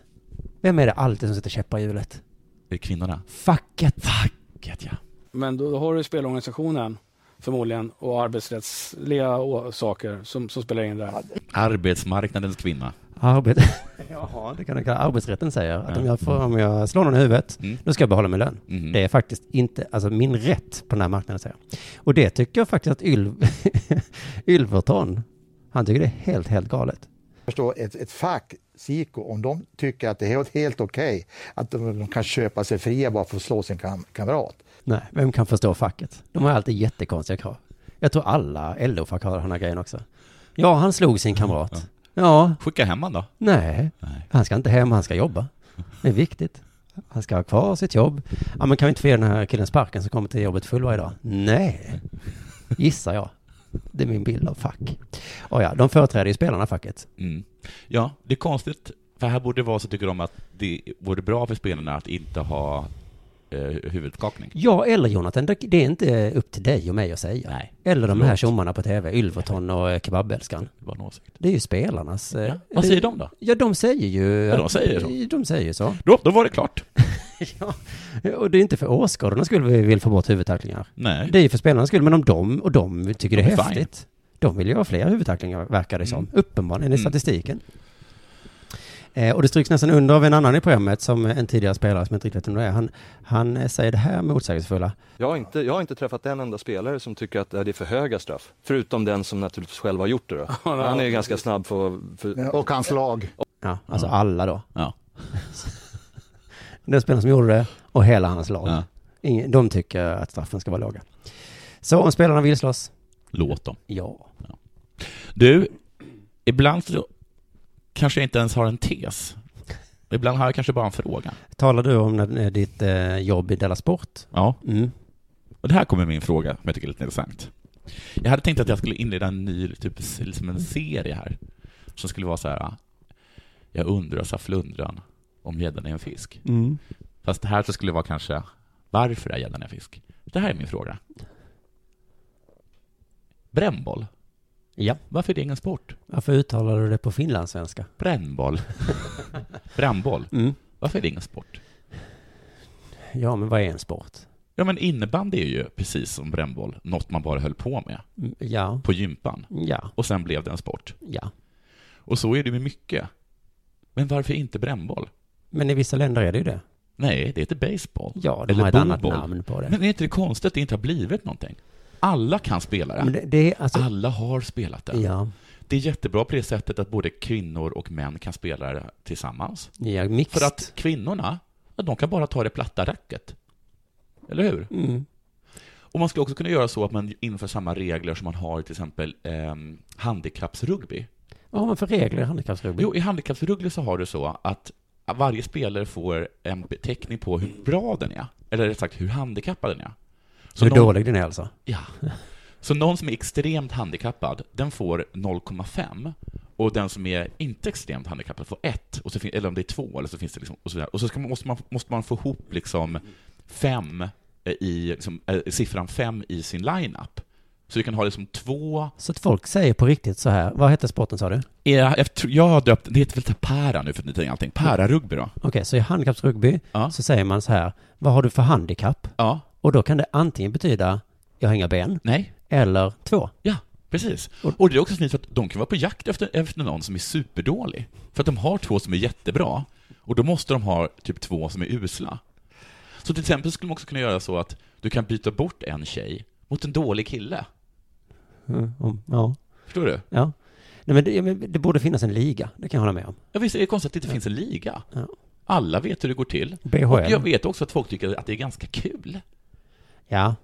S7: Vem är det alltid som sätter käppar i hjulet?
S6: Det är kvinnorna.
S7: Facket.
S6: Facket, ja.
S15: Men då, då har du spelorganisationen förmodligen och arbetsrättsliga å- saker som, som spelar in där.
S6: Arbetsmarknadens kvinna.
S7: Arbete. [LAUGHS] Jaha, det kan du kalla arbetsrätten säger. Att om, jag får, om jag slår någon i huvudet, då ska jag behålla min lön. Det är faktiskt inte, alltså min rätt på den här marknaden säger jag. Och det tycker jag faktiskt att Ylv, [LAUGHS] Ylverton, han tycker det är helt, helt galet.
S8: förstå ett, ett fack, SIKO, om de tycker att det är helt, helt okej att de, de kan köpa sig fria bara för att slå sin kam, kamrat.
S7: Nej, vem kan förstå facket? De har alltid jättekonstiga krav. Jag tror alla LO-fack har den här grejen också. Ja, han slog sin kamrat. Ja.
S6: Skicka hem han då.
S7: Nej, han ska inte hem, han ska jobba. Det är viktigt. Han ska ha kvar sitt jobb. Ja, men kan vi inte få ge den här killen sparken som kommer till jobbet full varje dag? Nej, gissar jag. Det är min bild av fack. Och ja, de företräder ju spelarna, facket.
S6: Mm. Ja, det är konstigt. För här borde det vara så, tycker de, att det vore bra för spelarna att inte ha eh, huvudskakning.
S7: Ja, eller Jonathan, det det är inte upp till dig och mig att säga.
S6: Nej.
S7: Eller de här
S6: Förlåt.
S7: tjommarna på tv, Ylverton och eh, Kebabälskaren.
S6: Det var en åsikt.
S7: Det är ju spelarnas... eh,
S6: Vad
S7: det-
S6: säger de då?
S7: Ja, de säger ju...
S6: Ja, de säger så.
S7: De säger så.
S6: Då, då var det klart.
S7: Och det är inte för åskådarnas skull vi vill få bort huvudtacklingar.
S6: Nej.
S7: Det är ju för spelarnas skull, men om de, och de tycker
S6: De
S7: det är,
S6: är fine.
S7: häftigt. De vill ju ha fler huvudtacklingar, verkar det som.
S6: Mm.
S7: Uppenbarligen, enligt
S6: Mm.
S7: statistiken. Eh, och det stryks nästan under av en annan i programmet, som en tidigare spelare som jag inte riktigt vet vem det är. Han, han eh, säger det här motsägelsefulla.
S19: Jag har, inte, jag har inte träffat en enda spelare som tycker att eh, det är för höga straff. Förutom den som naturligtvis själv har gjort
S7: [LAUGHS]
S19: det. Då. Han är ju ganska snabb för... för...
S18: Och hans lag.
S7: Ja, alltså alla då.
S6: Ja.
S7: [LAUGHS] Den spelaren som gjorde det och hela hans lag.
S6: Ja.
S7: Ingen, de tycker att straffen ska vara låga. Så om spelarna vill slåss?
S6: Låt dem.
S7: Ja.
S6: Du, ibland så kanske jag inte ens har en tes. Ibland har jag kanske bara en fråga.
S7: Talar du om när, eh, ditt eh, jobb i Della Sport?
S6: Ja.
S7: Mm.
S6: Och det här kommer min fråga som jag tycker är lite intressant. Jag hade tänkt att jag skulle inleda en ny, typ liksom en serie här. Som skulle vara så här. ah, Jag undrar sa flundran om gäddan är en fisk.
S7: Mm.
S6: Fast det här så skulle det vara kanske, varför är gäddan en fisk? Det här är min fråga. Brännboll,
S7: Ja.
S6: varför är det ingen sport?
S7: Varför uttalar du det på finlandssvenska?
S6: Brännboll. [LAUGHS] Brännboll,
S7: Mm.
S6: varför är det ingen sport?
S7: Ja, men vad är en sport?
S6: Ja men innebandy är ju precis som brännboll, något man bara höll på med.
S7: Mm, Ja.
S6: på gympan.
S7: Ja.
S6: Och sen blev det en sport.
S7: Ja.
S6: Och så är det med mycket. Men varför inte brännboll?
S7: Men i vissa länder är det ju det.
S6: Nej, det heter baseball.
S7: Ja, de har ett annat namn på det.
S6: Men är inte det konstigt att det inte har blivit någonting? Alla kan spela det.
S7: Men det- det är alltså-
S6: Alla har spelat det.
S7: Ja.
S6: Det är jättebra på det sättet att både kvinnor och män kan spela det tillsammans.
S7: Ja, mixed.
S6: För att kvinnorna, ja, de kan bara ta det platta racket. Eller hur?
S7: Mm.
S6: Och man skulle också kunna göra så att man inför samma regler som man har i till exempel eh, handikappsrugby.
S7: Vad har man för regler i handikappsrugby?
S6: Jo, i handikappsrugby så har du så att varje spelare får en beteckning på hur bra den är. Eller rätt sagt, hur handikappad den är.
S7: Hur
S6: någon-
S7: dålig den är alltså?
S6: Ja. Så någon som är extremt handikappad, den får 0,5. Och den som är inte extremt handikappad får 1. Och så fin- eller om det är 2, eller så finns det liksom, och så vidare. Och så ska man, måste, man, måste man få ihop liksom 5 i, liksom, eh, siffran 5 i sin lineup. Så du kan ha liksom två...
S7: Så att folk säger på riktigt så här, vad hette sporten sa du? Okej,
S6: Ja, jag, tror- jag har döpt, det heter väl typ para nu för tiden allting, para-rugby då?
S7: så i handikappsrugby så säger man så här, vad har du för handikapp?
S6: Ja.
S7: Och då kan det antingen betyda, jag har inga ben.
S6: Nej.
S7: Eller två.
S6: Ja, precis. Och det är också fint för att de kan vara på jakt efter, efter någon som är superdålig. För att de har två som är jättebra, och då måste de ha typ två som är usla. Så till exempel skulle man också kunna göra så att du kan byta bort en tjej mot en dålig kille.
S7: Mm, om- Ja.
S6: Förstår du?
S7: Ja. Nej, men det, ja, men det borde finnas en liga, det kan jag hålla med om.
S6: Ja, visst är det konstigt att det inte finns en liga? Alla vet hur det går till.
S7: BHL.
S6: Och jag vet också att folk tycker att det är ganska kul.
S7: Ja.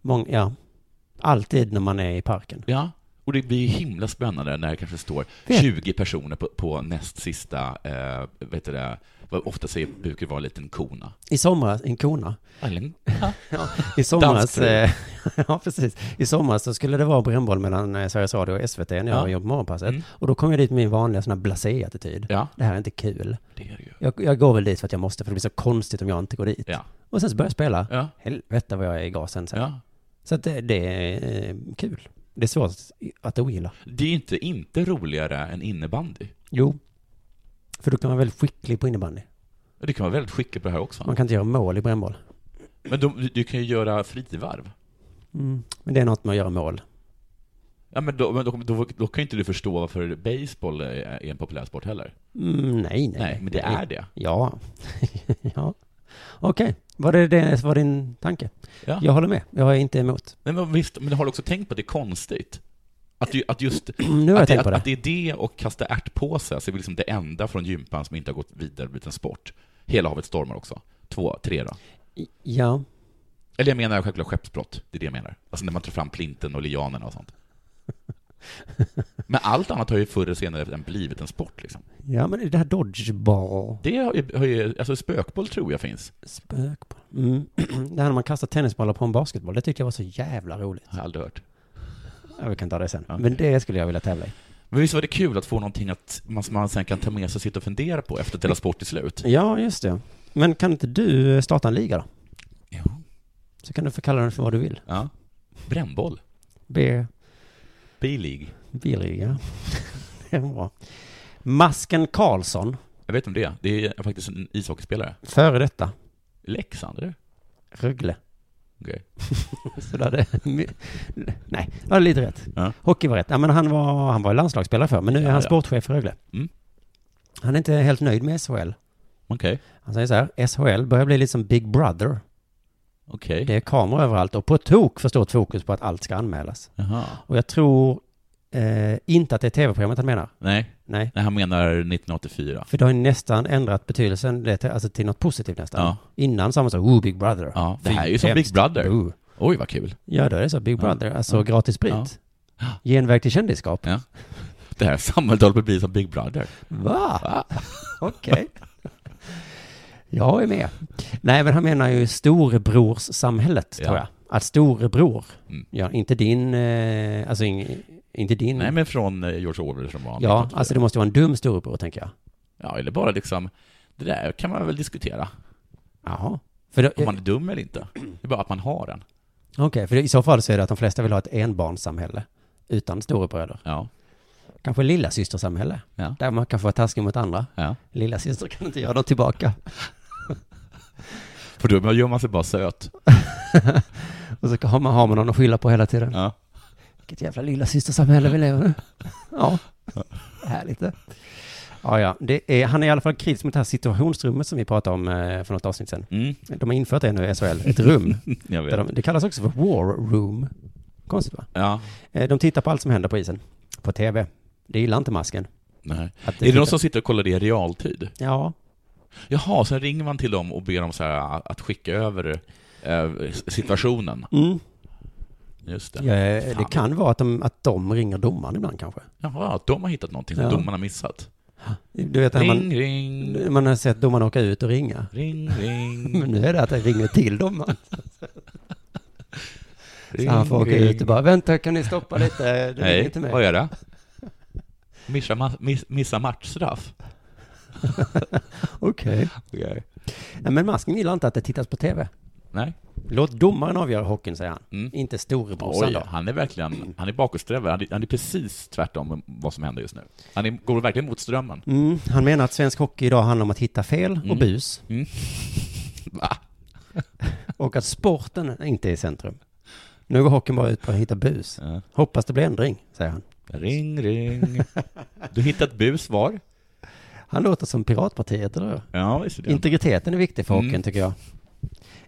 S7: Mång, ja. Alltid när man är i parken.
S6: Ja. Och det blir himla spännande när det kanske står
S7: Vet-
S6: 20 personer på, på näst sista, eh, vet du det, vad ofta säger, brukar vara en liten kona.
S7: I somras, en kona.
S6: Eller
S7: [LAUGHS]
S6: en-
S7: ja, I somras,
S6: Danstrul.
S7: eh, [LAUGHS] ja precis. I somras så skulle det vara brännboll mellan eh, Sveriges Radio och SVT när jag
S6: Ja.
S7: jobbade på morgonpasset.
S6: Mm.
S7: Och då kom jag dit med min vanliga sån här blasé-attityd. Det här är inte kul.
S6: Det är det ju.
S7: Jag, jag går väl dit för att jag måste, för det blir så konstigt om jag inte går dit.
S6: Ja.
S7: Och sen så börjar jag spela.
S6: Ja.
S7: Helvete vad jag är i gasen sen.
S6: Ja.
S7: Så att det, det är eh, kul. Det är svårt att ogilla.
S6: Det är ju inte, inte roligare än innebandy.
S7: Jo. För då kan man vara väldigt skicklig på innebandy.
S6: Du kan vara väldigt skicklig på det här också.
S7: Man kan inte göra mål i brännboll.
S6: Men de, du kan ju göra frivarv.
S7: Mm. Men det är något med att göra mål.
S6: Ja, men då, men då, då, då kan ju inte du förstå varför baseball är, är en populär sport heller.
S7: Mm, nej, nej.
S6: Nej, men det är det.
S7: Ja. [LAUGHS] ja. Okej, var det, det var din tanke?
S6: Ja.
S7: Jag håller med. Jag är inte emot.
S6: Nej, men visst, men har du också tänkt på att det är konstigt? Att, ju, att just...
S7: [CLEARS THROAT] Nu har jag
S6: att,
S7: tänkt
S6: att,
S7: på det.
S6: att det är det och kasta ärtpåse, så är väl liksom det enda från gympan som inte har gått vidare och blivit en sport. Hela havet stormar också. Två, tre då.
S7: Ja.
S6: Eller jag menar självklart skeppsbrott, det är det jag menar. Alltså när man tar fram plinten och lianerna och sånt.
S7: [LAUGHS]
S6: Men allt annat har ju förr eller senare blivit en sport liksom.
S7: Ja, men det här dodgeball.
S6: Det har ju, har ju, alltså spökboll tror jag finns.
S7: Spökboll. Mm. [CLEARS THROAT] det här när man kastar tennisbollar på en basketboll, det tyckte jag var så jävla roligt.
S6: Har jag aldrig hört.
S7: Ja, vi kan ta det sen. Men det skulle jag vilja tävla i.
S6: Men visst var det kul att få någonting att man, som man sen kan ta med sig och sitta och fundera på efter att hela sport är slut?
S7: Ja, just det. Men kan inte du eh, starta en liga då? Så kan du få kalla den för vad du vill.
S6: Ja. Brännboll.
S7: B.
S6: B-League.
S7: Billiga. det var bra. Masken Karlsson.
S6: Jag vet om det. är. Det är faktiskt en ishockeyspelare.
S7: Före detta.
S6: Leksand, eller?
S7: Rögle.
S6: Okej.
S7: Så där det... Nej, det var lite rätt.
S6: Ja.
S7: Hockey var rätt. Ja, men han var, han var ju landslagsspelare för men nu är
S6: Ja,
S7: han
S6: ja.
S7: sportchef för Rögle.
S6: Mm.
S7: Han är inte helt nöjd med SHL.
S6: Okej.
S7: Han säger så här, SHL börjar bli lite som Big Brother.
S6: Okej.
S7: Det är kameror överallt och på tok för stort fokus på att allt ska anmälas.
S6: Jaha.
S7: Och jag tror eh, inte att det är tv-programmet han menar.
S6: Nej.
S7: Nej.
S6: han menar 1984.
S7: För det har ju nästan ändrat betydelsen det, till- alltså till något positivt nästan.
S6: Ja.
S7: Innan sa man så, oh Big Brother.
S6: Ja, det här är ju som
S7: Hemskt.
S6: Big Brother.
S7: Oh.
S6: Oj, vad kul.
S7: Ja, då är det så. Big
S6: Ja.
S7: Brother, alltså
S6: Ja.
S7: gratis sprit. Genväg till kändisskap.
S6: Ja. [LAUGHS] Det här samhället håller på att bli som Big Brother.
S7: Va? Okej. Jag är med. Nej, men han menar ju storebrorssamhället,
S6: Ja.
S7: tror jag. Alltså, Att storebror,
S6: Mm.
S7: ja, inte din, eh, alltså ing, inte din.
S6: Nej, men från eh, George Orwell som var
S7: Mm. ja, alltså det måste vara en dum storebror, tänker jag.
S6: Ja, eller bara liksom, det där kan man väl diskutera.
S7: Jaha. För det-
S6: Om man är dum eller inte. Det är bara att man har den.
S7: Okej, för i så fall så är det att de flesta vill ha ett enbarnssamhälle utan storebröder.
S6: Ja.
S7: Kanske lillasystersamhälle,
S6: Ja.
S7: där man kan få vara taskig mot andra.
S6: Ja.
S7: Lillasyster kan inte göra något tillbaka.
S6: För då gör man sig bara söt.
S7: Och så har man, har man någon att skylla på hela tiden.
S6: Ja.
S7: Vilket jävla lillasystersamhälle vi [LAUGHS] lever i. Ja, härligt det. Ja, ja. Det är, han är i alla fall kritisk mot det här situationsrummet som vi pratade om eh, för något avsnitt sedan.
S6: Mm. [LAUGHS]
S7: De har infört det nu i SHL, ett rum.
S6: Jag vet.
S7: Där de, det kallas också för war room. Konstigt va?
S6: Ja.
S7: Eh, De tittar på allt som händer på isen, på tv. Det gillar inte masken.
S6: Nej.
S7: Att
S6: Är det
S7: tittar-
S6: någon som sitter och kollar det i realtid?
S7: Ja,
S6: Jaha, sen ringer man till dem och ber dem så här att skicka över eh, situationen.
S7: Mm.
S6: Just det.
S7: ja eh, det
S6: Fan.
S7: kan vara att de, att de ringer domaren ibland kanske.
S6: Jaha, de har hittat någonting som
S7: Ja.
S6: domarna missat.
S7: Du vet, när
S6: Ring,
S7: man,
S6: ring,
S7: man har sett domaren åka ut och ringa.
S6: ring, ring.
S7: Men nu är det att den ringer till domaren.
S6: ring,
S7: [LAUGHS] Så han får åka
S6: ring.
S7: ut och bara, vänta kan ni stoppa lite, det ringer
S6: Nej,
S7: till mig.
S6: vad är det? Missa, ma- miss, missa matchstraff.
S7: Okej.
S6: Okej.
S7: Nej, Men masken gillar inte att det tittas på tv.
S6: Nej.
S7: Låt domaren avgöra hockeyn, säger han.
S6: Mm.
S7: Inte storebrorsan
S6: Oj,
S7: då.
S6: han är verkligen, han är bakåtsträvare. Han är, han är precis tvärtom vad som händer just nu. Han är, går verkligen mot strömmen.
S7: Mm, han menar att svensk hockey idag handlar om att hitta fel och
S6: Mm.
S7: bus [LAUGHS]
S6: Mm. Va?
S7: och att sporten inte är i centrum. Nu går hockeyn bara ut på att hitta bus.
S6: Ja.
S7: Hoppas det blir ändring, säger han.
S6: Ring, ring. Du hittat bus var?
S7: Han låter som Piratpartiet, eller hur?
S6: Ja, visst är det.
S7: Integriteten är viktig för hockeyn,
S6: Mm.
S7: tycker jag.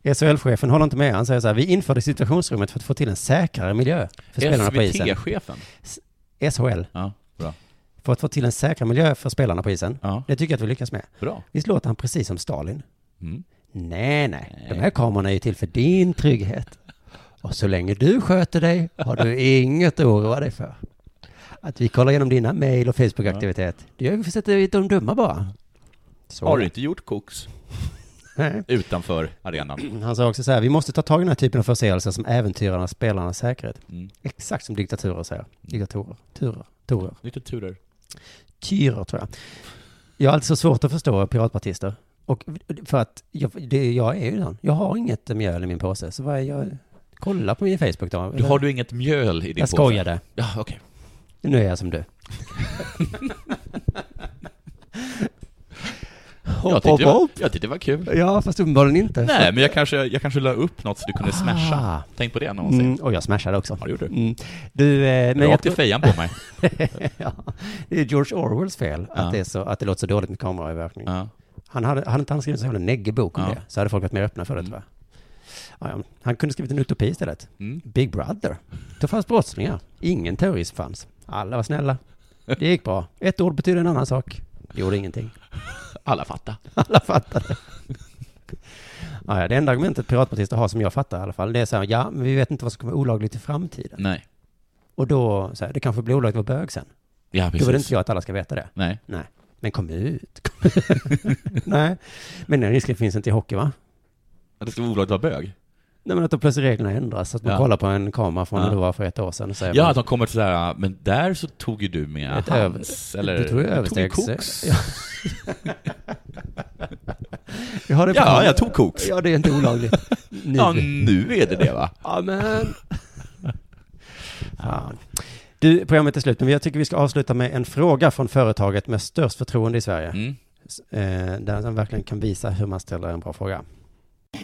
S7: SHL-chefen håller inte med. Han säger så här, vi införde situationsrummet för att få till en säkrare miljö för spelarna på isen.
S6: SVT-chefen.
S7: SHL.
S6: Ja, bra.
S7: För att få till en säkrare miljö för spelarna på isen.
S6: Ja.
S7: Det tycker jag att vi lyckas med.
S6: Bra.
S7: Visst låter han precis som Stalin?
S6: Mm.
S7: Nej, nej. De här kamerorna är ju till för din trygghet. Och så länge du sköter dig har du inget att oroa dig för. Att vi kollar igenom dina mejl och Facebook-aktivitet. Det gör vi för att sätta dit de dumma bara. Så.
S6: Har du inte gjort koks
S7: Nej.
S6: utanför arenan?
S7: Han sa också så här, vi måste ta tag i den här typen av förseelser som äventyrar spelarnas säkerhet.
S6: Mm.
S7: Exakt som diktaturer säger. Diktatorer. Turer. Torer.
S6: Lite turer.
S7: Tyrer tror jag. Jag har alltid så svårt att förstå piratpartister. Och för att jag, det, jag är ju den. Jag har inget mjöl i min påse. Så vad är jag? Kolla på min Facebook då.
S6: Du, har du inget mjöl i din
S7: jag
S6: påse?
S7: skojade.
S6: Ja, okej.
S7: Nu är jag som du.
S6: Jag tyckte, det var, jag tyckte det var kul.
S7: Ja, fast uppenbarligen inte.
S6: Nej, men jag kanske, jag kanske la upp något så du kunde
S7: Ah.
S6: smasha. Tänk på det någonsin.
S7: Mm, och jag smashade också.
S6: Ja, det gjorde du.
S7: Mm. Du, eh, men jag
S6: Rakt i
S7: tror-
S6: fejan på
S7: [LAUGHS]
S6: mig.
S7: ja, det är George Orwells fel att,
S6: Ja.
S7: det är så, att det låter så dåligt med kameraövervakning.
S6: Ja.
S7: Han hade, hade inte han skrivit en sån jävla neggig bok om
S6: Ja.
S7: det, så hade folk varit mer öppna för det, tror jag. Ja, ja. Han kunde skrivit en utopi istället.
S6: Mm.
S7: Big Brother. Tog fast brottslingar. Ingen terrorism fanns. Alla var snälla. Det gick bra. Ett ord betyder en annan sak. Det gjorde ingenting.
S6: Alla fattar.
S7: Alla fattade. Ja, ja, det enda argumentet piratpartister har som jag fattar i alla fall, det är så här, ja, men vi vet inte vad som kommer vara olagligt i framtiden.
S6: Nej.
S7: Och då, så här, det kanske blir olagligt att vara bög sen.
S6: Ja,
S7: Då
S6: precis.
S7: vill inte jag att alla ska veta det.
S6: Nej.
S7: Nej. Men kom ut. [LAUGHS] Kom ut. Nej. Men den risken finns inte i hockey, va?
S6: Att det ska vara olagligt att vara bög?
S7: Nej, men att då plötsligt reglerna ändras. Att man
S6: Ja.
S7: kollar på en kamera från
S6: Ja.
S7: när det var för ett år sedan och säger
S6: Ja,
S7: man,
S6: att de kommer till sådär, men där så tog ju du med
S7: Ett
S6: hans,
S7: över-
S6: eller...
S7: du tog ju
S6: ju
S7: överstegs-
S6: koks.
S7: Ja. vi har det på
S6: Ja,
S7: kamera.
S6: jag tog
S7: [LAUGHS]
S6: koks.
S7: Ja, det är inte olagligt.
S6: Nu. Ja, [LAUGHS] nu är det det va?
S7: Amen. Ja. Du, programmet är slut, men jag tycker vi ska avsluta med en fråga från företaget med störst förtroende i Sverige.
S6: Mm.
S7: S- eh, Där de verkligen kan visa hur man ställer en bra fråga.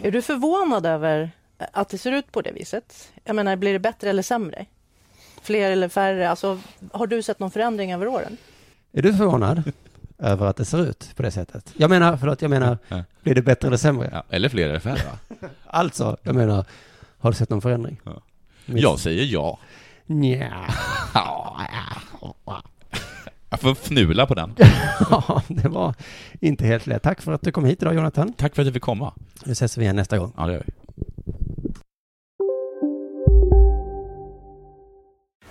S16: Är du förvånad över att det ser ut på det viset? Jag menar, blir det bättre eller sämre? Fler eller färre? Alltså, har du sett någon förändring över åren?
S7: Är du förvånad [LAUGHS] över att det ser ut på det sättet? Jag menar, förlåt, jag menar,
S6: Ja.
S7: blir det bättre eller sämre?
S6: Ja, eller fler eller färre va?
S7: [LAUGHS] Alltså, jag menar, har du sett någon förändring?
S6: Ja. Jag säger ja.
S7: Nja.
S6: [LAUGHS] Jag får fnula på den.
S7: Ja, det var inte helt lätt. Tack för att du kom hit idag, Jonathan.
S6: Tack för att du fick komma.
S7: Nu ses vi igen nästa gång.
S6: Ja, det gör vi.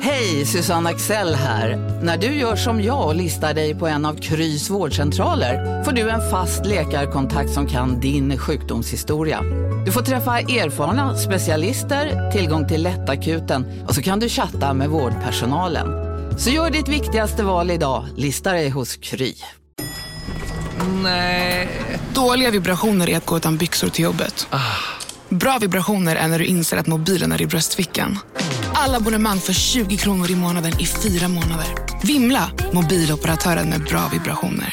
S3: Hej, Susanne Axel här. När du gör som jag och listar dig på en av Krys vårdcentraler får du en fast läkarkontakt som kan din sjukdomshistoria. Du får träffa erfarna specialister, tillgång till lättakuten och så kan du chatta med vårdpersonalen. Så gör ditt viktigaste val idag, listar dig hos Kry.
S20: Nej. Dåliga vibrationer är att gå utan byxor till jobbet. Bra vibrationer är när du inser att mobilen är i bröstfickan. Alla abonnemang för 20 kronor i månaden i fyra månader. Vimla! Mobiloperatören med bra vibrationer.